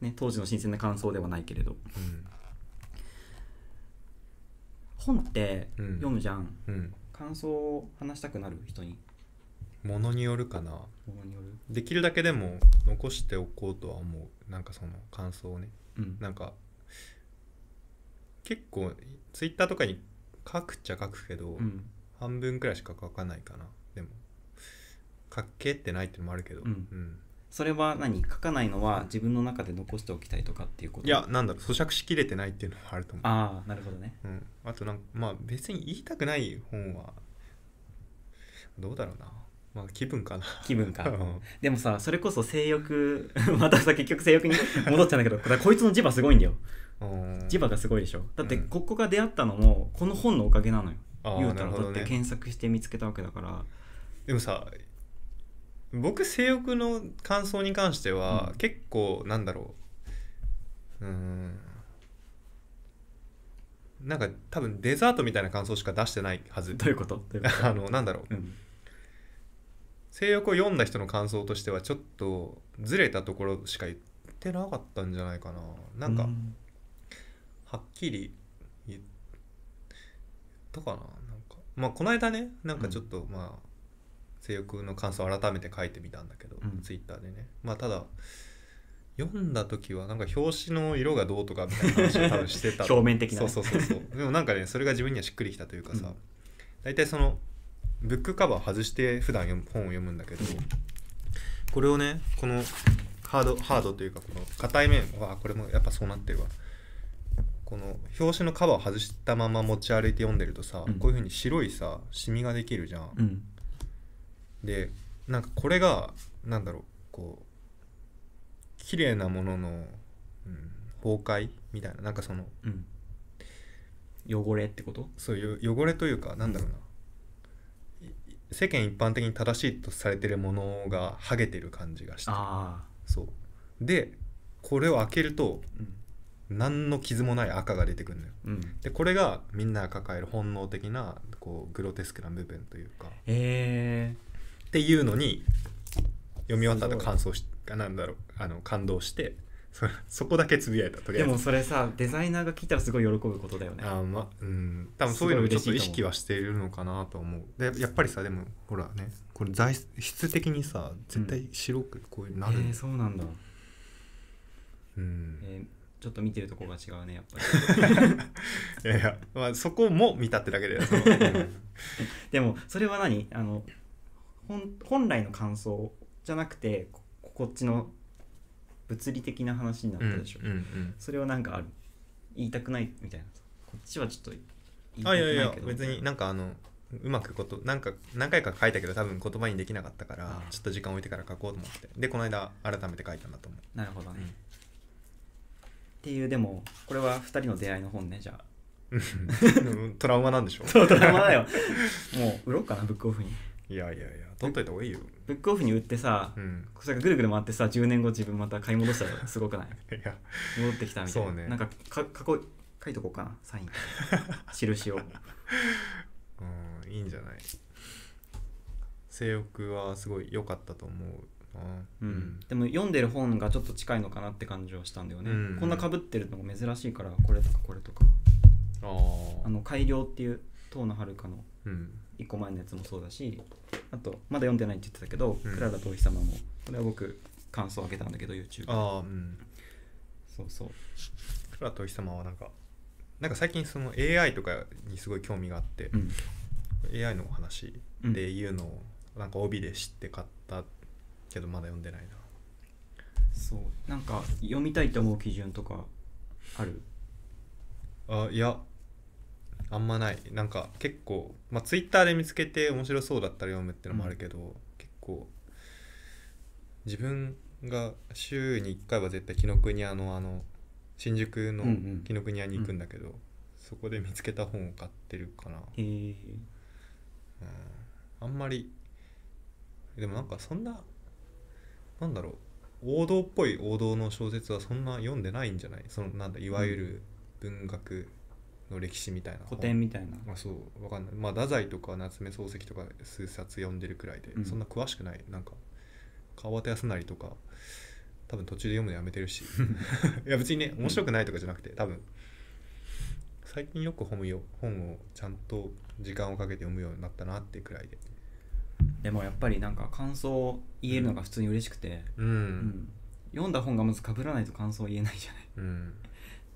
S2: ね、当時の新鮮な感想ではないけれど
S1: うん
S2: 本って
S1: うん
S2: 読むじゃん、
S1: うん
S2: 感想を話したくなる人に
S1: ものによるかな
S2: ものによる
S1: できるだけでも残しておこうとは思うなんかその感想をね
S2: うん
S1: なんか結構ツイッターとかに書くっちゃ書くけど、
S2: うん
S1: 半分くらいしか書かないかなでも書けってないってのもあるけど、
S2: うんそれは何書かないのは自分の中で残しておきたいとかっていうこ
S1: うん
S2: と
S1: いやなんだろう咀嚼しきれてないっていうのはあると思う
S2: ああなるほどね
S1: うん、あとなんかまあ別に言いたくない本はどうだろうなまあ気分かな
S2: 気分
S1: う
S2: か
S1: ん
S2: でもさそれこそ性欲 またさ結局性欲に戻っちゃうんだけどだからこいつの磁場すごいんだよ
S1: うん
S2: 磁場がすごいでしょだって
S1: うん
S2: ここが出会ったのもこの本のおかげなのよ
S1: ああ
S2: 言う
S1: な
S2: た
S1: るほ
S2: らだ
S1: ど
S2: っ
S1: ね
S2: て検索して見つけたわけだから
S1: でもさ僕性欲の感想に関しては、
S2: うん
S1: 結構なんだろううーんなんか多分デザートみたいな感想しか出してないはず
S2: どういうことどういうこ
S1: あのなんだろう
S2: とうん
S1: 性欲を読んだ人の感想としてはちょっとずれたところしか言ってなかったんじゃないかななんか、
S2: う
S1: はっきり言ったかななんかまあこの間ねなんかちょっと、まあ性欲の感想を改めて書いてみたんだけど、
S2: うん
S1: ツイッターでねまあただ読んだ時はなんか表紙の色がどうとかみたいな話を多分してた
S2: 表面的なね
S1: そうそうそうそうでもなんかねそれが自分にはしっくりきたというかさ、
S2: うん
S1: 大体そのブックカバー外して普段読む本を読むんだけど、これをねこのハードハードというかこの硬い面はこれもやっぱそうなってるわこの表紙のカバーを外したまま持ち歩いて読んでるとさ、
S2: うん
S1: こういうふうに白いさシミができるじゃん、
S2: うん
S1: でなんかこれがなんだろうこう綺麗なものの、うん、崩壊みたいななんかその
S2: うん汚れってこと
S1: そういう汚れというかなんだろうな、い世間一般的に正しいとされてるものが剥げてる感じがして
S2: ああ
S1: そうでこれを開けると
S2: うん
S1: 何の傷もない赤が出てくるのよ
S2: うん
S1: でこれがみんなが抱える本能的なこうグロテスクな部分というか
S2: え
S1: っていうのに読み終わった後
S2: すごい
S1: 感想しあなんだろうあの感動してそそこだけつぶやいたと
S2: ー、
S1: りあ
S2: で
S1: えず
S2: もそれさデザイナーが聞いたらすごい喜ぶことだよね
S1: あーまあうん多分そういうのもちょっ
S2: すご
S1: と意
S2: い嬉しい
S1: 識
S2: と思う
S1: はしているのかなと思うでやっぱりさでもほらねこれ材質的にさ絶対白くこういうのなる
S2: え
S1: ん
S2: ー、
S1: です、
S2: そうなんだ、
S1: うん
S2: えー、ちょっと見てるとこが違うねやっぱり
S1: いやいや、まあ、そこも見たってだけでその、 うん
S2: でもそれは何あの本本来の感想じゃなくてここっちの物理的な話になったでしょ、
S1: うんうん
S2: それはなんかある言いたくないみたいなこっちはちょっと言い
S1: あいやいや別に
S2: な
S1: なんかあのうまくことなんか何回か書いたけど多分言葉にできなかったか
S2: あ
S1: ら
S2: ー
S1: ちょっと時間置いてから書こうと思ってでこの間改めて書いたんだ と思う
S2: なるほどね、
S1: うん
S2: っていうでもこれは2人の出会いの本ねじゃあ
S1: うんトラウマなんでしょ
S2: そうドラマだよ もう売ろうかなブックオフに
S1: いやいやいや取っといた方がいいよ、
S2: ブックオフに売ってさ、
S1: うん、
S2: それがぐるぐる回ってさ10年後自分また買い戻したらすごくない
S1: いや
S2: 戻ってきたみたいな
S1: そうね
S2: なんかかかこ書いとこうかな サイン印を
S1: うんいいんじゃない性欲はすごい良かったと思うな
S2: うん、でも読んでる本がちょっと近いのかなって感じはしたんだよね、
S1: うん
S2: こんな被ってるのも珍しいからこれとかこれとか
S1: あ
S2: あ
S1: あ
S2: の改良っていう遠野遥の
S1: うん
S2: 1個前のやつもそうだしあとまだ読んでないって言ってたけど、
S1: うん
S2: クララとお日様もこれは僕感想あげたんだけど YouTube
S1: ああうん
S2: そうそう
S1: クラとお日様はなんかなんか最近その AI とかにすごい興味があって
S2: う、ん
S1: AI のお話
S2: うん
S1: でいうのをなんか帯で知って買ったけどまだ読んでないな
S2: そうなんか読みたいと思う基準とかある
S1: あいやあんまないなんか結構まあツイッターで見つけて面白そうだったら読むってのもあるけど、結構自分が週に1回は絶対紀ノ国屋のあの新宿の
S2: うんうん
S1: 紀ノ国屋に行くんだけど、そこで見つけた本を買ってるかな、
S2: へえ
S1: うん、あんまりでもなんかそんななんだろう王道っぽい王道の小説はそんな読んでないんじゃないそのなんだいわゆる文学の歴史みたいな本
S2: 古典みたいな
S1: まあそうわかんないまあ太宰とか夏目漱石とか数冊読んでるくらいで、
S2: うん
S1: そんな詳しくないなんか川端康成とか多 分途中で読むのやめてるしいや別にね面白くないとかじゃなくて多分最近よく本よ本をちゃんと時間をかけて読むようになったなってくらいで
S2: でもやっぱりなんか感想を言えるのが普通に嬉しくて、
S1: う
S2: うんん読んだ本がまず被らないと感想を言えないじゃ ないっ
S1: うん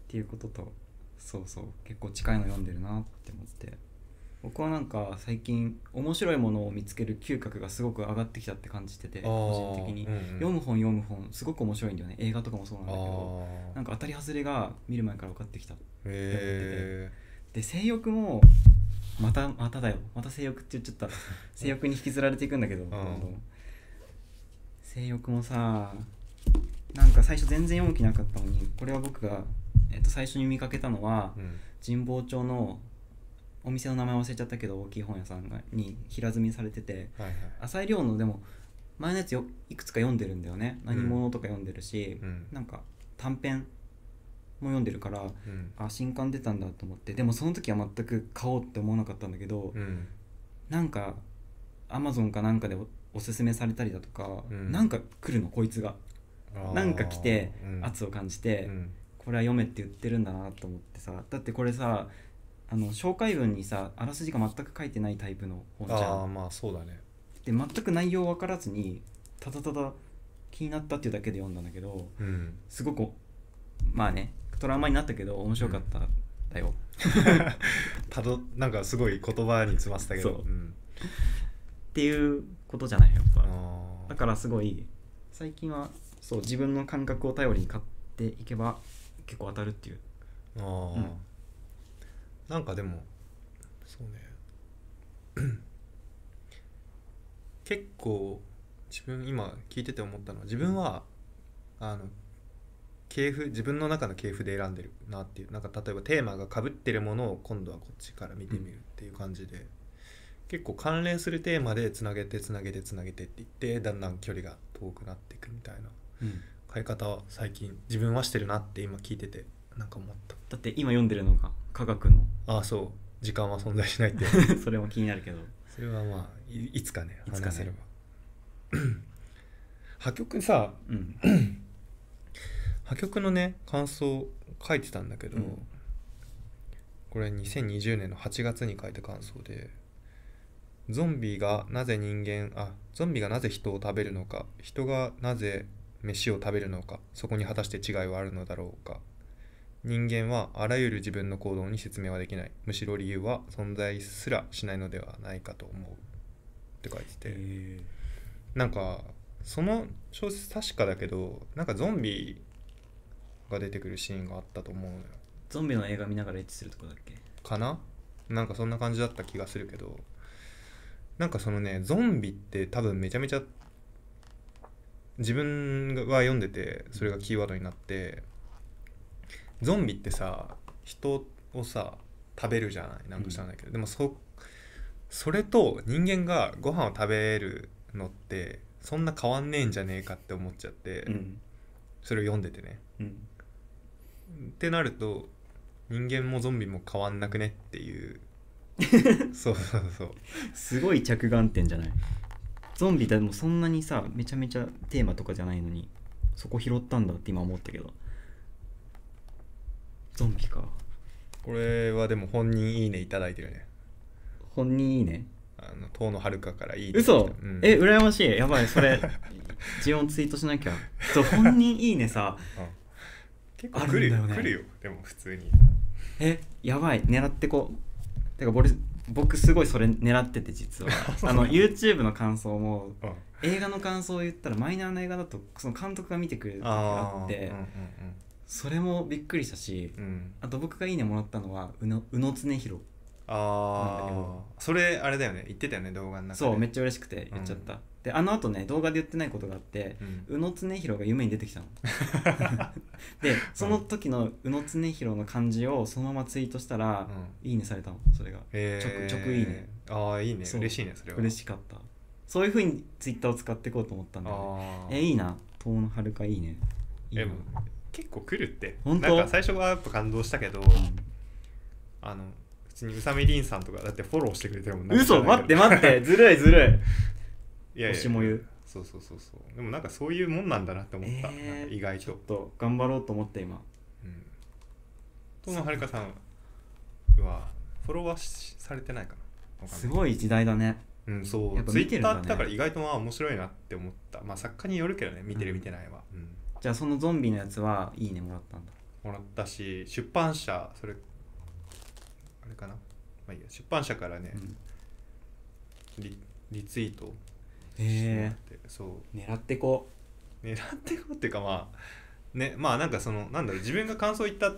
S2: ていうこととそうそう結構近いの読んでるなって思って僕はなんか最近面白いものを見つける嗅覚がすごく上がってきたって感じてて
S1: あー
S2: 個人的に、
S1: うんうん
S2: 読む本読む本すごく面白いんだよね映画とかもそうなんだけど
S1: あ
S2: な
S1: あ
S2: んか当たり外れが見る前から分かってきた
S1: へ
S2: で性欲もまたまただよまた性欲って言っち ゃった性欲に引きずられていくんだけど、どんどん性欲もさなんか最初全然読む気なかったのにこれは僕が、えっと、最初に見かけたのは
S1: えうん
S2: 神保町のお店の名前忘れちゃったけど大きい本屋さんがに平積みされてて
S1: はいはい
S2: 浅井亮のでも前のやつよいくつか読んでるんだよね
S1: ん
S2: 何者とか読んでるし、
S1: うん
S2: なんか短編も読んでるから
S1: うん
S2: あ新刊出たんだと思ってでもその時は全く買おうって思わなかったんだけど、
S1: うん
S2: なんかアマゾンかなんかでおおすすめされたりだとか、
S1: うん
S2: なんか来るのこいつが
S1: あー
S2: なんか来て
S1: うん
S2: 圧を感じて、
S1: うん
S2: これは読めって言ってるんだなと思ってさだってこれさあの紹介文にさあらすじが全く書いてないタイプの本じゃ
S1: ああ
S2: ん
S1: まあそうだね
S2: で全く内容分からずにただただ気になったっていうだけで読んだんだけど
S1: うん
S2: すごくまあねトラウマになったけど面白かったんだよ、
S1: たどなんかすごい言葉に詰まってたけど
S2: そうんっていうことじゃないやっぱ、
S1: あ
S2: だ
S1: ー
S2: からすごい最近はそう自分の感覚を頼りに買っていけば結構当たるっていう
S1: あー、
S2: うん
S1: なんかでもそうね 結構自分今聞いてて思ったのは自分はあの系譜自分の中の系譜で選んでるなっていうなんか例えばテーマがかぶってるものを今度はこっちから見てみるっていう感じで、結構関連するテーマでつなげてつなげてつなげてっていってだんだん距離が遠くなっていくみたいな買い方は最近自分はしてるなって今聞いててなんか思った
S2: だって今読んでるのが科学の
S1: ああそう時間は存在しないって
S2: それも気になるけど
S1: それはまあいいつかね
S2: いつか
S1: 話
S2: ね
S1: せれば 破局さ
S2: うん
S1: 破局のね感想書いてたんだけど、
S2: うん
S1: これ2020年の8月に書いた感想でゾンビがなぜ人間あゾンビがなぜ人を食べるのか人がなぜ飯を食べるのかそこに果たして違いはあるのだろうか人間はあらゆる自分の行動に説明はできないむしろ理由は存在すらしないのではないかと思うって書いてて、
S2: え
S1: なんかその小説確かだけどなんかゾンビが出てくるシーンがあったと思うのよ
S2: ゾンビの映画見ながらエッチするとこだっけ
S1: かななんかそんな感じだった気がするけどなんかそのねゾンビって多分めちゃめちゃ自分は読んでてそれがキーワードになってゾンビってさ人をさ食べるじゃないなんか知らないけど、でもそそれと人間がご飯を食べるのってそんな変わんねえんじゃねえかって思っちゃって、
S2: うん
S1: それを読んでてね、
S2: うん
S1: ってなると人間もゾンビも変わんなくねっていう そうそうそう
S2: すごい着眼点じゃないゾンビでもそんなにさめちゃめちゃテーマとかじゃないのにそこ拾ったんだって今思ったけどゾンビか
S1: これはでも本人いいねいただいてるね
S2: 本人いいね
S1: あの遠野遥からいいね
S2: 嘘、
S1: うん、
S2: え羨ましいやばいそ れ自分ツイートしなきゃそう本人いいねさ
S1: うん結構来るよ
S2: あるんだよね
S1: 来るよでも普通に
S2: えやばい狙ってこうてか僕僕すごいそれ狙ってて 実はあの YouTube の感想も
S1: うん
S2: 映画の感想を言ったらマイナーな映画だとその監督が見てくれる時があっ
S1: ー
S2: てそれもびっくりしたし
S1: うんうんうんうん
S2: あと僕がいいねもらったのは宇野宇野常弘なんだけ
S1: あ
S2: ど
S1: あそれあれだよね言ってたよね動画の中で
S2: そうめっ
S1: ち
S2: ちゃ嬉しくて言っちゃった、であのあとね動画で言ってないことがあって
S1: ゃ、うん、
S2: 宇野常弘が夢に出て きたのでその時の宇野常弘の感じをそのままツイートしたら、
S1: うん
S2: いいねされたのそれが
S1: えー
S2: 直いいね
S1: ああいいね
S2: そう
S1: 嬉しいねそれは
S2: 嬉
S1: い
S2: しかったそういうふうにツイッターを使っていこうと思ったんだよ
S1: あ
S2: ね
S1: ー
S2: えいいな遠野遥かいいねいい
S1: え
S2: な
S1: もう結構来るって
S2: 本当
S1: なんか最初はやっぱ感動したけど、あの普通に宇佐美凛さんとかだってフォローしてくれてるもんなんか知ら
S2: 嘘
S1: ない
S2: 待
S1: け
S2: って
S1: ど
S2: 待 ってずるいずる
S1: いやいや
S2: 推しも言う
S1: そうそうそうそうでもなんかそういうもんなんだなって思った、
S2: えー
S1: なんか意外
S2: いちょっ
S1: と
S2: と頑張ろうと思って今
S1: うん遠野遥さんはフォロワーしされてないかなわかんない
S2: すごい時代だね
S1: うん、そう、
S2: やっぱ
S1: ツイ
S2: 見て
S1: ッ
S2: るんだ
S1: ター
S2: ね
S1: ってだから意外とまあ面白いなって思ったまあ作家によるけどね見てる
S2: うん
S1: 見てないは、うん
S2: じゃあそのゾンビのやつはいいねもらったんだ
S1: もらったし出版社それあれかなまあいいや出版社からね、
S2: うん
S1: リリツイートしてもらっ
S2: へ
S1: て、そう
S2: え狙ってこ
S1: 狙っていこうっていうかまあねまあなんかそのなんだろう自分が感想言った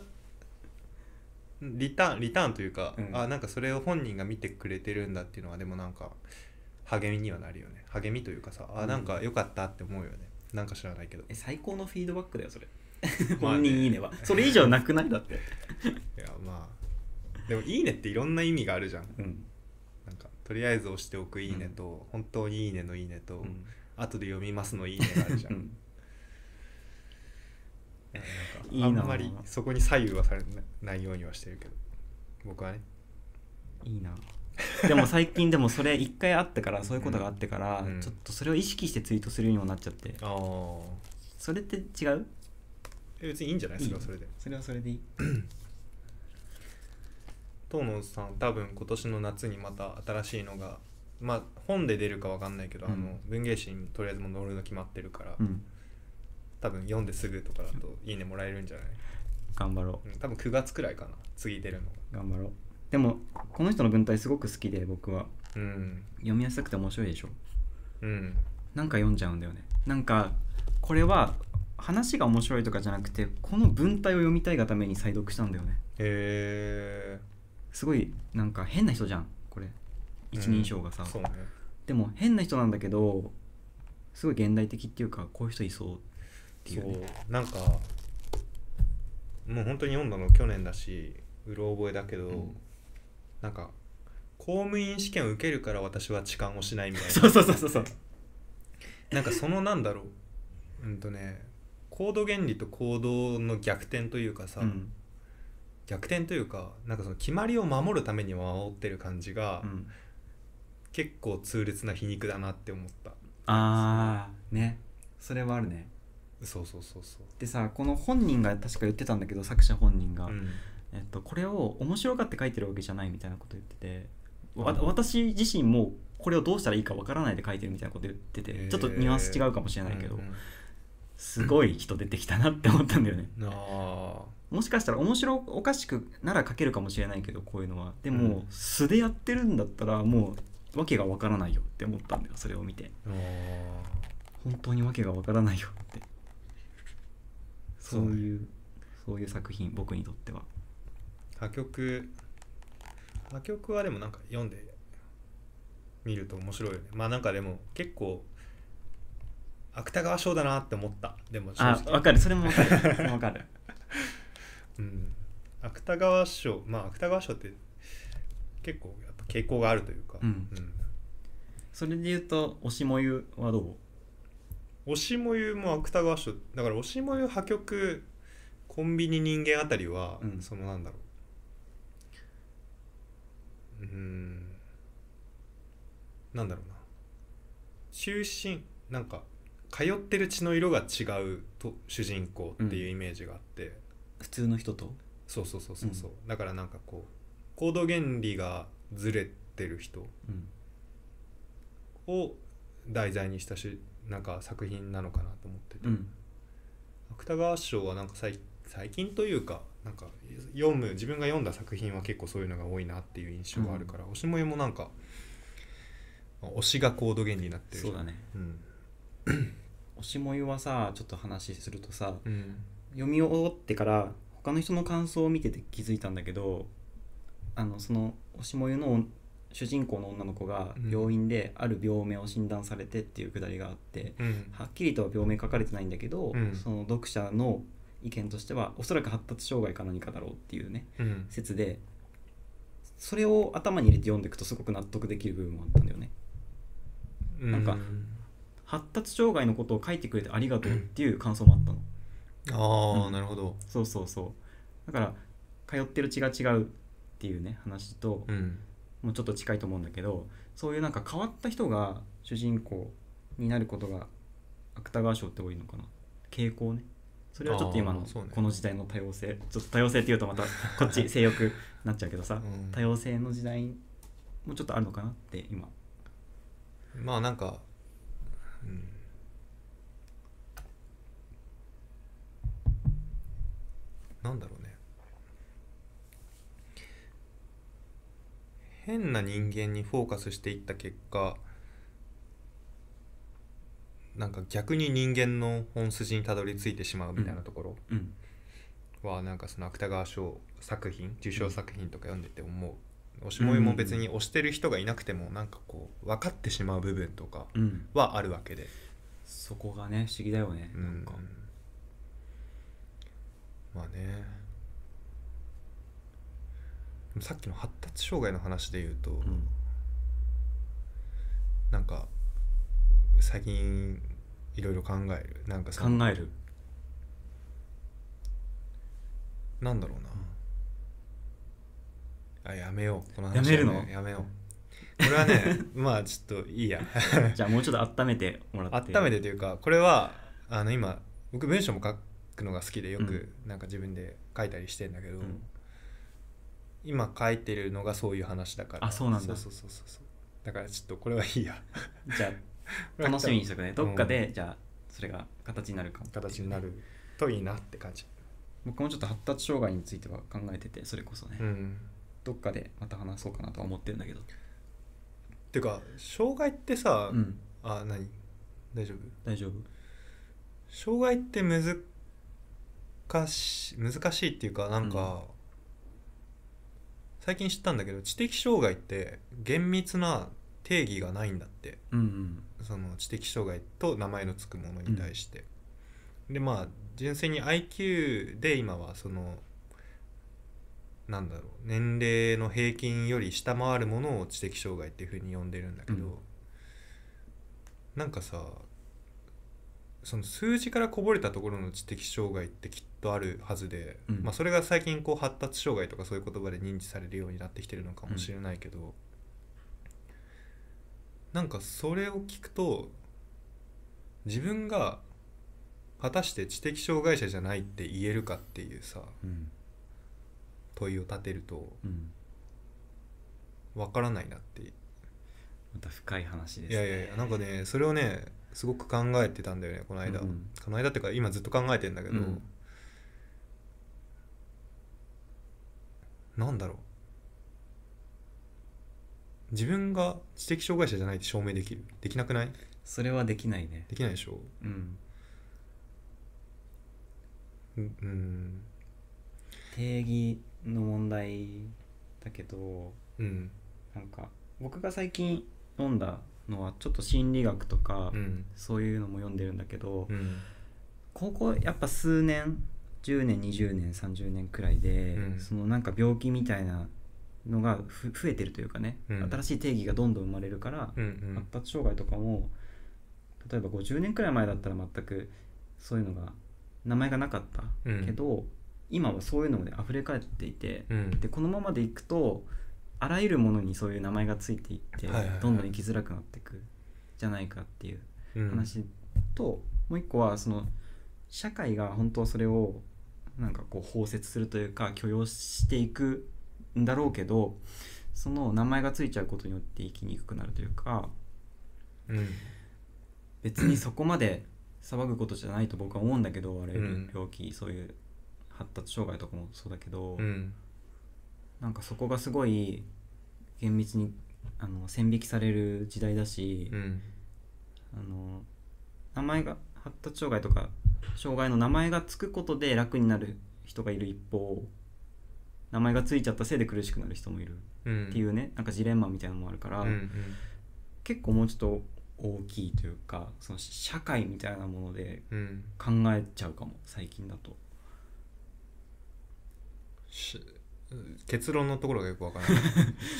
S1: リターンリターンというか、
S2: うん
S1: あなんかそれを本人が見てくれてるんだっていうのはでもなんか励みにはなるよね励みというかさあ
S2: うん
S1: なんか良かったって思うよね、なんか知らないけど
S2: え最高のフィードバックだよそれ
S1: まあね
S2: 本人いいねはそれ以上なくないだって
S1: いやまあでも「いいね」っていろんな意味があるじゃん
S2: うん、
S1: なんかとりあえず押しておく「いいね」と、本当に「いいね」の「いいね」と、
S2: うん
S1: 後で読みますの「いいね」があるじゃん、
S2: うんいい
S1: な
S2: なん
S1: かあんまりそこに左右はされないようにはしてるけど僕はね
S2: いいなでも最近でもそれ一回あったからそういうことがあってから、
S1: うん
S2: ちょっとそれを意識してツイートするようにもなっちゃって
S1: ああ
S2: それって違う
S1: 別にいいんじゃないですか
S2: いい
S1: それで
S2: それはそれでいい
S1: 東野さん多分今年の夏にまた新しいのがまあ本で出るかわかんないけど、あの
S2: うん
S1: 文芸誌にとりあえずもう載るの決まってるから、
S2: うん
S1: 多分読んですぐとかだと「いいね」もらえるんじゃない、
S2: 頑張ろ
S1: うん、多分9月くらいかな次出るのが
S2: う頑張ろうでもこの人の文体すごく好きで僕は
S1: うん
S2: 読みやすくて面白いでしょ
S1: うん
S2: なんか読んじゃうんだよねなんかこれは話が面白いとかじゃなくてこの文体を読みたいがために再読したんだよね
S1: へえ
S2: すごいなんか変な人じゃんこれ一人称がさ、
S1: そうね
S2: でも変な人なんだけどすごい現代的っていうかこういう人いそうっていう,、ね、
S1: そうなんかもう本当に読んだの去年だしうろ覚えだけど、
S2: うん
S1: なんか公務員試験を受けるから私は痴漢をしないみたいな
S2: そうそうそうそうそう
S1: なんかそのなんだろううんとね行動原理と行動の逆転というかさ、
S2: うん
S1: 逆転というかなんかその決まりを守るために守ってる感じが、
S2: うん、
S1: 結構痛烈な皮肉だなって思った
S2: ああねそれはあるね
S1: そうそうそうそう
S2: でさこの本人が確か言ってたんだけど作者本人が、
S1: うん
S2: えっと、これを面白がって書いてるわけじゃないみたいなこと言っててわ
S1: うん
S2: 私自身もこれをどうしたらいいかわからないで書いてるみたいなこと言って
S1: へ
S2: て
S1: ー
S2: ちょっとニュアンス違うかもしれないけど、
S1: うんうん
S2: すごい人出てきたなって思ったんだよね
S1: あ
S2: もしかしたら面白おかしくなら書けるかもしれないけどこういうのはで
S1: う
S2: も
S1: ん
S2: 素でやってるんだったらもう訳がわからないよって思ったんだよそれを見て
S1: ーあー
S2: 本当に訳がわからないよって
S1: そ
S2: そうう
S1: ね
S2: いうそういう作品僕にとっては
S1: 破局破局はでもなんか読んで見ると面白いよねまあなんかでも結構芥川賞だなって思ったでも正
S2: あ
S1: 直
S2: わかるそれもわ かるそれもわかる
S1: うん、芥川賞まあ芥川賞って結構やっぱ傾向があるというか、
S2: うんそれで言うと「推しもゆ」はどう
S1: 推しもゆも芥川賞だから推しもゆ破局コンビニ人間あたりは、
S2: うん
S1: そのなんだろううーんなんだろうな中心なんか通ってる血の色が違うと主人公っていうイメージがあって、
S2: 普通の人と
S1: そうそうそうそうそう、だからなんかこう行動原理がずれてる人
S2: うん
S1: を題材にしたしなんか作品なのかなと思ってて、
S2: うん
S1: 芥川賞はなんか最最近というかなんか読む自分が読んだ作品は結構そういうのが多いなっていう印象があるから、推しもよもなんか推しがコード原理になってる
S2: そうだ
S1: ね
S2: ね
S1: うん、
S2: 「推しもゆ」はさちょっと話するとさ
S1: うん、
S2: 読み終わってから他の人の感想を見てて気づいたんだけどあのその推しもゆの主人公の女の子が
S1: うん
S2: 病院である病名を診断されてっていうくだりがあって、
S1: うん、
S2: はっきりとは病名書かれてないんだけど、
S1: うん
S2: その読者の意見としてはおそらく発達障害か何かだろうっていうね
S1: うん、
S2: 説でそれを頭に入れて読んでいくとすごく納得できる部分もあったんだよね。なんか発達障害のことを書いてくれてありがとうっていう感想もあったの。
S1: ああ、
S2: うん
S1: なるほど
S2: そうそうそうだから通ってる血が違うっていうね話と、
S1: うん
S2: もうちょっと近いと思うんだけどそういうなんか変わった人が主人公になることが芥川賞って多いのかな傾向ねそれはちょっと今
S1: あ
S2: の
S1: ーそうね
S2: この時代の多様性ちょっと多様性って言うとまた こっち性欲になっちゃうけどさ、
S1: うん
S2: 多様性の時代もちょっとあるのかなって今
S1: まあなんか、うん、なんだろうね変な人間にフォーカスしていった結果なんか逆に人間の本筋にたどり着いてしまうみたいなところ
S2: うん
S1: はなんかその芥川賞作品受賞作品とか読んでて思う推しもいも別に推してる人がいなくてもなんかこう分かってしまう部分とか
S2: うん
S1: はあるわけで、
S2: そこがね不思議だよね、
S1: うん
S2: なんか
S1: まあねでもさっきの発達障害の話で言うと、
S2: うん
S1: なんか最近いろいろ考えるなんかその
S2: 考える
S1: なんだろうな、あやめようこの話
S2: やめるの
S1: ややめようこれは ねまあちょっといいや
S2: じゃあもうちょっと温めてもらっ
S1: 温
S2: て
S1: めてというかこれはあの今僕文章も書くのが好きでよくなんか自分で書いたりしてんだけど、
S2: うん
S1: 今書いてるのがそういう話だから
S2: あそうなんだ
S1: そうそうそうそうそうだからちょっとこれはいいや
S2: じゃあ楽しみにしておくねどっかで、じゃあそれが形になるかも
S1: 形になるといいなって感じ
S2: 僕もちょっと発達障害については考えててそれこそね、
S1: うん
S2: どっかでまた話そうかなとは思ってるんだけど
S1: ていうか障害ってさ、
S2: うん
S1: あ何大丈夫
S2: 大丈夫
S1: 障害って難し難しいっていうかなんか、最近知ったんだけど知的障害って厳密な定義がないんだって
S2: うんうん
S1: その知的障害と名前の付くものに対して、でまあ純粋に IQ で今はそのなんだろう年齢の平均より下回るものを知的障害っていうふうに呼んでるんだけど、
S2: うん
S1: なんかさその数字からこぼれたところの知的障害ってきっとあるはずで、
S2: うん
S1: まあ、それが最近こう発達障害とかそういう言葉で認知されるようになってきてるのかもしれないけど、なんかそれを聞くと自分が果たして知的障害者じゃないって言えるかっていうさ
S2: うん
S1: 問いを立てると
S2: うん
S1: わからないなってい
S2: また深い話です
S1: やいやいやなんかねそれをねすごく考えてたんだよねこの間、
S2: うんうん
S1: この間っていうか今ずっと考えてんだけど、
S2: うん
S1: なんだろう自分が知的障害者じゃないって証明できるできなくない
S2: それはできないね
S1: できないでしょ
S2: うん
S1: うんうん
S2: 定義の問題だけど
S1: うん
S2: なんか僕が最近読んだのはちょっと心理学とか、
S1: うん
S2: そういうのも読んでるんだけど、
S1: うん
S2: 高校やっぱ数年10年20年30年くらいで、
S1: うん
S2: そのなんか病気みたいなのがふ増えてるというかね、
S1: うん
S2: 新しい定義がどんどん生まれるから、
S1: うん
S2: 発達障害とかも例えば50年くらい前だったら全くそういうのが名前がなかった
S1: うん
S2: けど、今はそういうので溢れ返っていて、
S1: うん
S2: でこのままでいくとあらゆるものにそういう名前がついていって、
S1: はいはいはい
S2: どんどん生きづらくなっていくじゃないかっていう
S1: うん
S2: 話と、もう一個はその社会が本当はそれをなんかこう包摂するというか許容していくんだろうけどその名前がついちゃうことによって生きにくくなるというか
S1: うん
S2: 別にそこまで騒ぐことじゃないと僕は思うんだけどあらゆ
S1: うん
S2: る病気、そういう発達障害とかもそうだけど、
S1: うん
S2: なんかそこがすごい厳密にあの線引きされる時代だし。
S1: うん
S2: あの名前が発達障害とか障害の名前がつくことで楽になる人がいる一方名前がついちゃったせいで苦しくなる人もいる
S1: うん
S2: っていうね、なんかジレンマみたいなのもあるから、
S1: うんうん
S2: 結構もうちょっと大きいというかその社会みたいなもので
S1: うん
S2: 考えちゃうかも最近だと
S1: し結論のところがよくわからない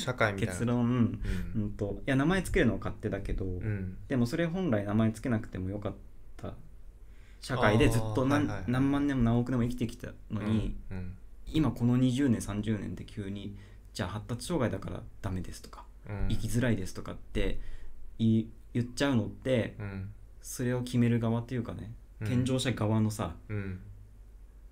S1: 社会みたいな
S2: 結論
S1: う
S2: うんんといや名前つけるのは勝手だけど、
S1: うん
S2: でもそれ本来名前つけなくてもよかった社会でずっと何,、
S1: あーはいはいはい
S2: 何万年も何億年も生きてきたのに、
S1: うん
S2: 今この20年30年で急にじゃあ発達障害だからダメですとか、
S1: うん
S2: 生きづらいですとかって言い言っちゃうのって
S1: うん
S2: それを決める側っていうかね
S1: うん
S2: 健常者側のさ、
S1: うん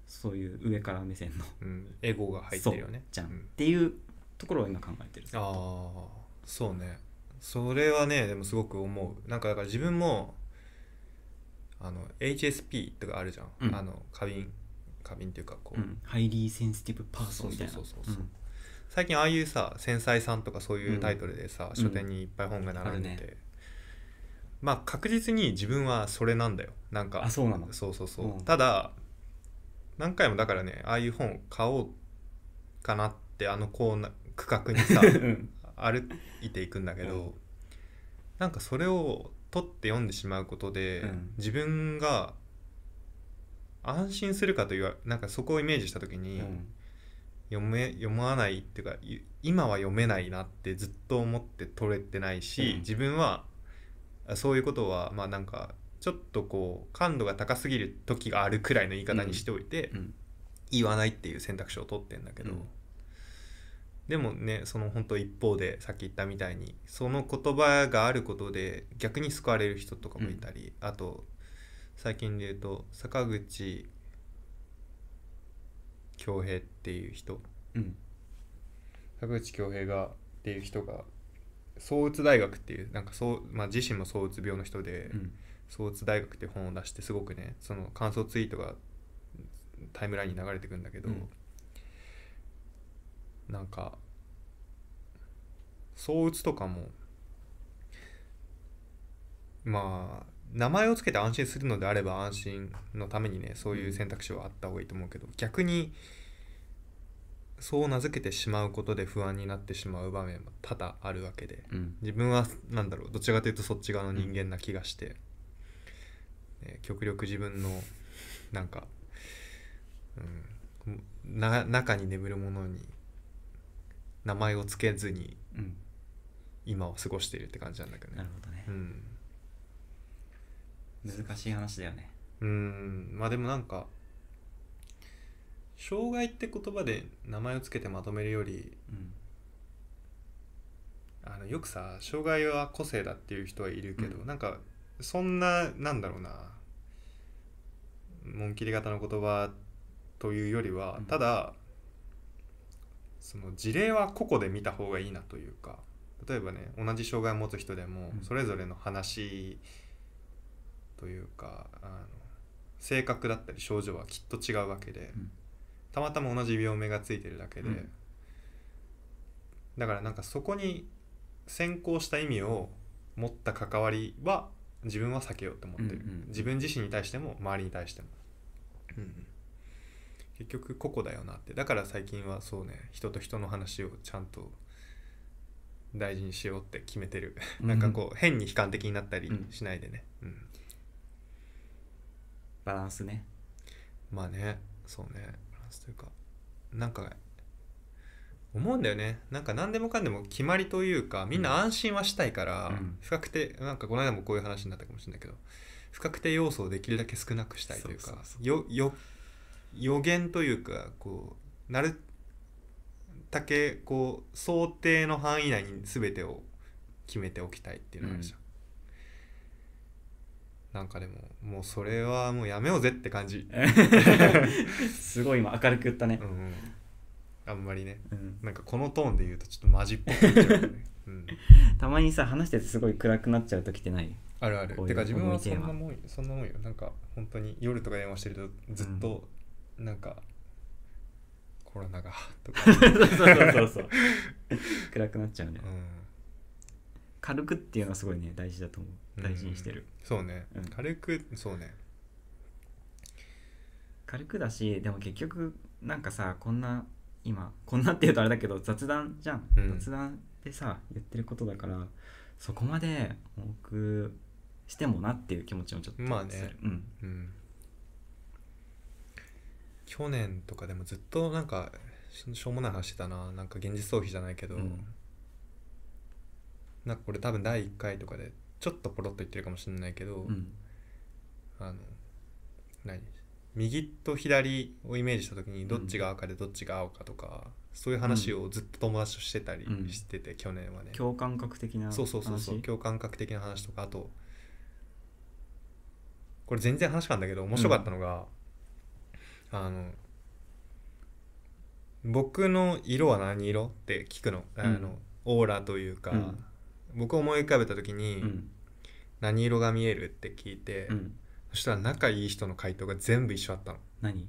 S2: そういう上から目線の、
S1: うん、エゴが入ってるよね
S2: じゃん、
S1: う
S2: っていうところを今考えてる
S1: ああそうねそれはねでもすごく思うなんかだから自分もあの HSP とかあるじゃん、
S2: うん
S1: あの過敏過敏っていうかこう、
S2: うん、ハイリーセンシティブパーソンみたいな
S1: そうそうそうそう最近ああいうさ「繊細さん」とかそういうタイトルでさ、
S2: ん
S1: 書店にいっぱい本が並んで
S2: あ
S1: て、
S2: る
S1: まあ確実に自分はそれなんだよなんか
S2: あそうなの
S1: そうそうそう、
S2: うん
S1: ただ何回もだからねああいう本買おうかなってあのコーナー区画に さ
S2: うんうん
S1: 歩いていくんだけど、
S2: うん
S1: なんかそれを取って読んでしまうことで、
S2: うん
S1: 自分が安心するかというなんかそこをイメージした時
S2: う
S1: に、
S2: ん
S1: 読め読まないっていうかい今は読めないなってずっと思って取れてないし、
S2: うん
S1: 自分はあそういうことはまあなんかちょっとこう感度が高すぎる時があるくらいの言い方にしておいて、
S2: うん
S1: 言わないっていう選択肢を取ってんだけど、
S2: うん
S1: でもねその本当一方でさっき言ったみたいにその言葉があることで逆に救われる人とかもいたり、あと最近で言うと坂口恭平っていう人
S2: うん
S1: 坂口恭平がっていう人が躁うつ大学っていうなんかそう、まあ、自身も躁うつ病の人で
S2: うん
S1: 躁うつ大学っていう本を出してすごくねその感想ツイートがタイムラインに流れてくんだけど、
S2: うん
S1: なんか躁うつとかもまあ名前をつけて安心するのであれば安心のためにねそういう選択肢はあった方がいいと思うけど逆にそう名付けてしまうことで不安になってしまう場面も多々あるわけで
S2: うん
S1: 自分はなんだろうどちらかというとそっち側の人間な気がして、ね極力自分のなんか、うん、な中に眠るものに名前をつけずに
S2: うん
S1: 今を過ごしているって感じなんだけど
S2: な
S1: ね
S2: る。ほどね
S1: うん
S2: 難しい話だよね
S1: うんまあでもなんか障害って言葉で名前をつけてまとめるより
S2: うん
S1: あのよくさ障害は個性だっていう人はいるけど、
S2: うん
S1: なんかそんななんだろうな紋切り型の言葉というよりは、
S2: うん
S1: ただその事例は個々で見た方がいいなというか例えばね同じ障害を持つ人でも
S2: うん
S1: それぞれの話というか、あの性格だったり症状はきっと違うわけで、
S2: うん
S1: たまたま同じ病名がついてるだけで、
S2: うん
S1: だからなんかそこに先行した意味を持った関わりは自分は避けようと思ってる、
S2: うんうん
S1: 自分自身に対しても周りに対しても、うんうん結局個々だよなってだから最近はそうね人と人の話をちゃんと大事にしようって決めてるなんかこう変に悲観的になったりしないでね、うん
S2: バランスね
S1: まあねそうねバランスというかなんか思うんだよねなんか何でもかんでも決まりというかみんな安心はしたいから、
S2: うん
S1: 不確定なんかこの間もこういう話になったかもしれないけど不確定要素をできるだけ少なくしたいというか
S2: そうそうそ
S1: よよ予言というかこうなるだけこう想定の範囲内に全てを決めておきたいっていうのがあるじゃん、なんかでももうそれはもうやめようぜって感じ
S2: すごい今明るく言ったね
S1: うんうん、あんまりね
S2: うん
S1: なんかこのトーンで言うとちょっとマジっぽくなっちゃうよね、うん、
S2: たまにさ話しててすごい暗くなっちゃう時ってない
S1: あるある
S2: こういう
S1: てか自分は
S2: 重い
S1: そ
S2: テー
S1: ん
S2: マ
S1: なもんよそんなもんよなんか本当に夜とか電話してるとずっとなんか、コロナがと か、
S2: そうそうそうそう 暗くなっちゃうね
S1: うん
S2: 軽くっていうのはすごいね大事だと思う大事にしてる、
S1: そうね、
S2: うん
S1: 軽くそうね
S2: 軽くだしでも結局なんかさこんな今こんなって言うとあれだけど雑談じゃん、
S1: うん
S2: 雑談でさ言ってることだからそこまで多くしてもなっていう気持ちもちょっと
S1: まあね
S2: するうん
S1: うん去年とかでもずっとなんかししょうもない話してたななんか現実逃避じゃないけど、
S2: うん
S1: なんかこれ多分第1回とかでちょっとポロッと言ってるかもしれないけど、
S2: うん
S1: あの何右と左をイメージした時にどっちが赤でどっちが青かとか、そういう話をずっと友達としてたり
S2: うん
S1: してて、去年はね
S2: 共感覚的な話
S1: そうそうそうそう共感覚的な話とかあとこれ全然話変わるんだけど面白かったのが、あの僕の色は何色って聞くのあの、
S2: うん
S1: オーラというか、
S2: うん
S1: 僕思い浮かべた時
S2: う
S1: に、
S2: ん
S1: 何色が見えるって聞いて、
S2: うん
S1: そしたら仲いい人の回答が全部一緒だったの
S2: 何
S1: い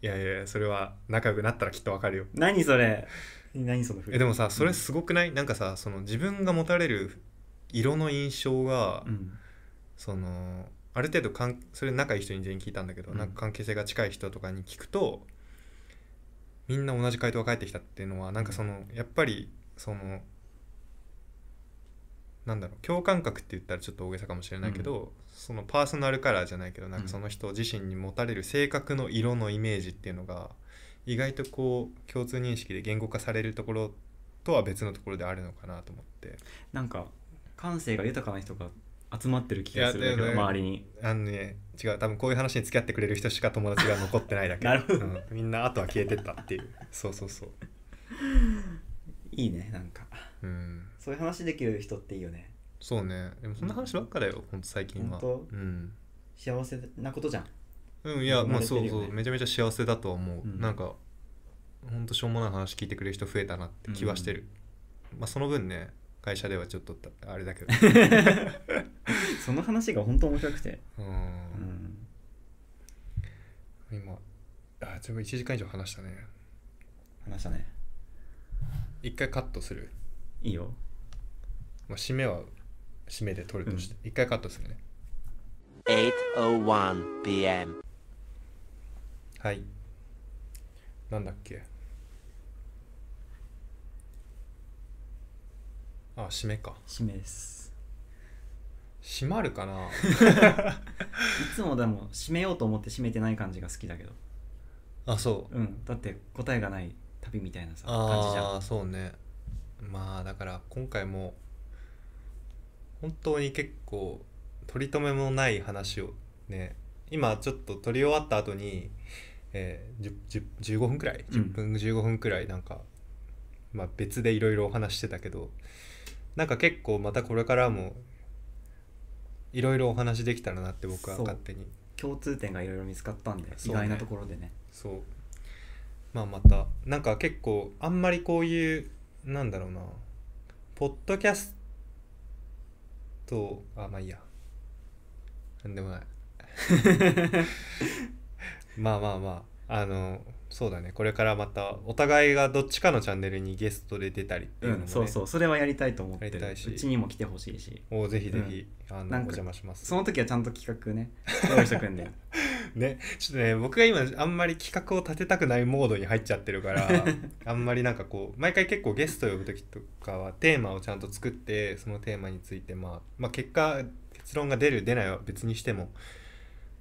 S1: やいやいやそれは仲良くなったらきっとわかるよ
S2: 何それ何その振り
S1: えでもさそれすごくない、なんかさその自分が持たれる色の印象が、
S2: うん
S1: そのある程度かんそれ仲いい人に全員聞いたんだけど、
S2: うん
S1: なんか関係性が近い人とかに聞くとみんな同じ回答が返ってきたっていうのはなんかそのやっぱりそのなんだろう共感覚って言ったらちょっと大げさかもしれないけど、そのパーソナルカラーじゃないけどなんかその人自身に持たれる性格の色のイメージっていうのが意外とこう共通認識で言語化されるところとは別のところであるのかなと思って
S2: なんか感性が豊かな人が集まってる気がするんだけ
S1: い
S2: ど
S1: やだよね
S2: 周りに
S1: あのね違う多分こういう話に付き合ってくれる人しか友達が残ってないだけ
S2: なるほど
S1: うんみんなあとは消えてったっていうそうそうそう
S2: いいねなんか
S1: うん
S2: そういう話できる人っていいよね
S1: そうねでもそんな話ばっかだよほんと最近は
S2: ほんと
S1: うん、
S2: 幸せなことじゃん
S1: うん、いや
S2: 生
S1: ま
S2: ま
S1: あ
S2: れて
S1: そ
S2: るよ
S1: う
S2: ね
S1: そうめちゃめちゃ幸せだとは思う、
S2: うん
S1: なんかほんとしょうもない話聞いてくれる人増えたなって気はしてる、まあその分ね会社ではちょっとたあれだ けど
S2: その話が本当面白くて、
S1: う
S2: うんん、
S1: 今あ全部1時間以上話したね
S2: 話したね
S1: 一回カットする、
S2: いいよ
S1: まあ、締めは締めで取るとして一、回カットするね
S3: 8:01 p.m.
S1: はいなんだっけあ締めか
S2: 締めです
S1: 締まるかな
S2: いつもでも締めようと思って締めてない感じが好きだけど
S1: あそう
S2: うんだって答えがない旅みたいなさ感じじゃ
S1: あ
S2: ん
S1: あそうねまあだから今回も本当に結構取り留めもない話をね今ちょっと取り終わった後に、えー、じゅじゅ15分くらい
S2: うん
S1: 10分15分くらいなんか、まあ、別でいろいろお話してたけどなんか結構またこれからもいろいろお話できたらなって僕は
S2: そう
S1: 勝手に
S2: 共通点がいろいろ見つかったんで、意
S1: そうね
S2: 外なところでね
S1: そうまあまたなんか結構あんまりこういうなんだろうなポッドキャストあまあいいやなんでもない まあまあまああのそうだねこれからまたお互いがどっちかのチャンネルにゲストで出たりっていうのも、
S2: ん
S1: ね
S2: そうそうそれはやりたいと思って
S1: やり
S2: る
S1: たいし
S2: うちにも来てほしいし
S1: おぜひぜひ、あの
S2: なんか
S1: お邪魔します
S2: その時はちゃんと企画 ね用意しとくんで
S1: ね、ちょっとね僕が今あんまり企画を立てたくないモードに入っちゃってるからあんまりなんかこう毎回結構ゲスト呼ぶ時とかはテーマをちゃんと作ってそのテーマについて、まあ、まあ結果結論が出る出ないは別にしても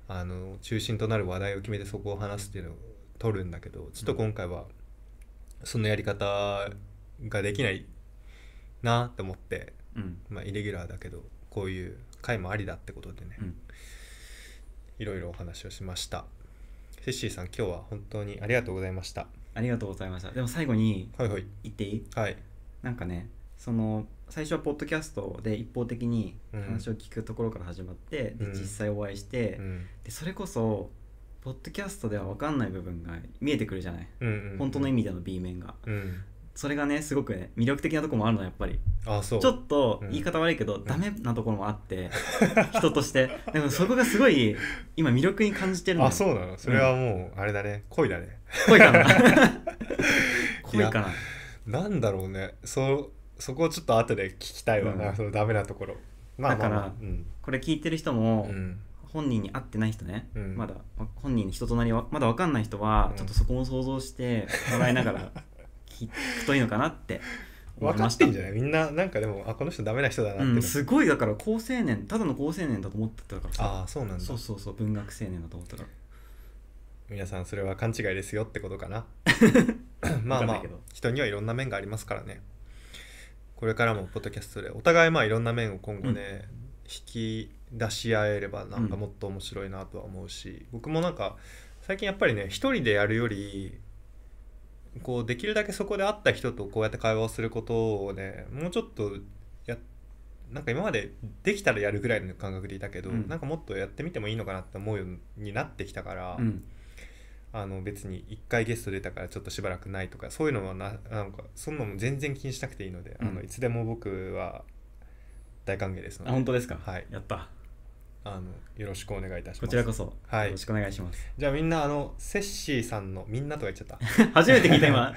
S1: あの中心となる話題を決めてそこを話すっていうのを取るんだけどちょっと今回はそのやり方ができないなと思って、
S2: うん
S1: まあ、イレギュラーだけどこういう回もありだってことでね
S2: う。ん
S1: いろいろお話をしました。セッシーさん、今日は本当にありがとうございました。
S2: ありがとうございましたでも最後に
S1: はいはい。
S2: 言っていい
S1: はい。
S2: なんかねその最初はポッドキャストで一方的に
S1: うん
S2: 話を聞くところから始まって、で
S1: うん
S2: 実際お会いして、
S1: うん。
S2: でそれこそポッドキャストでは分かんない部分が見えてくるじゃない、
S1: うん、うん。
S2: 本当の意。味での B 面が
S1: うん。
S2: それがねすごくね魅力的なとこもあるのやっぱり
S1: あ、そう。
S2: ちょっと
S1: うん
S2: 言い方悪いけど、ダメなところもあ って、人としてでもそこがすごい今魅力に感じてるの
S1: あ、そうなのそれはもう、あれだね。恋だね。
S2: 濃いか な濃いかな
S1: なんだろうね。そ、そこをちょっと後で聞きたいわな。
S2: うん
S1: そのダメなところ。まあまあ、まあ、
S2: だから
S1: うん。
S2: これ聞いてる人も、
S1: うん。
S2: 本人に会ってない人ね、
S1: うん
S2: まだま本人の人となりはまだ分かんない人は、
S1: うん
S2: ちょっとそこも想像してもらいながら聞くといいのかなって思い
S1: 分か
S2: ま
S1: っ
S2: した
S1: てんじゃないみんな、なんかでも、あ、この人ダメな人だなって
S2: う
S1: の。
S2: ん、すごいだから高青年ただの高青年だと思ってたからさ
S1: ああ、そうなんだ
S2: そう。そうそう文学青年だと思ってたか
S1: 皆さん、それは勘違いですよってことか な。ま
S2: わ
S1: あ
S2: か
S1: ま
S2: んない
S1: あ
S2: けど、
S1: 人にはいろんな面がありますからね。これからもポッドキャストでお互いまあいろんな面を今後ね、引き出し合えればなんか
S2: うん
S1: もっと面白いなとは思うし、僕もなんか最近やっぱりね一人でやるよりこうできるだけそこで会った人とこうやって会話をすることをねもうちょっとやなんか今までできたらやるぐらいの感覚でいたけど、
S2: うん
S1: なんかもっとやってみてもいいのかなって思うようになってきたから、
S2: ら、うん、
S1: あの別に1回ゲスト出たからちょっとしばらくないとかそういうのはななんかそんなの全然気にしなくていいので、
S2: うん
S1: あのいつでも僕は大歓迎ですの
S2: あ
S1: で
S2: 本当ですか
S1: はい
S2: やった
S1: あのよろしくお願いいたします
S2: こちらこそ、
S1: はい
S2: よろしくお願いします
S1: じゃあみんなあのセッシーさんのみんなとか言っちゃった
S2: 初めて聞い た今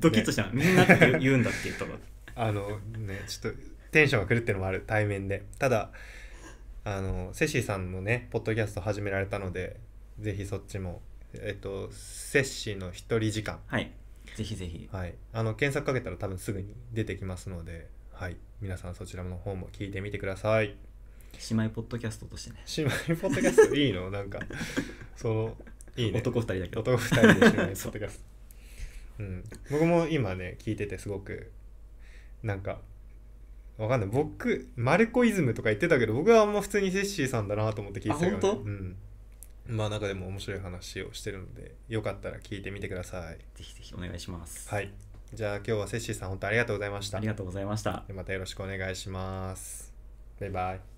S2: ドキッとした、みんなって言うんだっていうとこ
S1: あのねちょっとテンションが狂ってるのもある対面でただあのセッシーさんのねポッドキャスト始められたのでぜひそっちもえっとセッシーの一人時間
S2: はいぜひぜひ
S1: はい、あの検索かけたら多分すぐに出てきますので、はい、皆さんそちらの方も聞いてみてください。
S2: 姉妹ポッドキャストとしてね
S1: 姉妹ポッドキャストいいの なんか、その、いいね。
S2: 男二人だけど
S1: 男二人で姉妹ポッ
S2: そ
S1: ド
S2: う
S1: キャスト。うん、僕も今ね、聞いててすごく、なんか、わかんない。僕、マルコイズムとか言ってたけど、僕はあんま普通にセッシーさんだなと思って聞いてたけど、ね、
S2: あ本当
S1: うん。まあなんかでも面白い話をしてるので、よかったら聞いてみてください。
S2: ぜひぜひお願いします、
S1: はい。じゃあ今日はセッシーさん本当ありがとうございました
S2: あり。がとうございました
S1: でまたよろしくお願いします。バイバイ。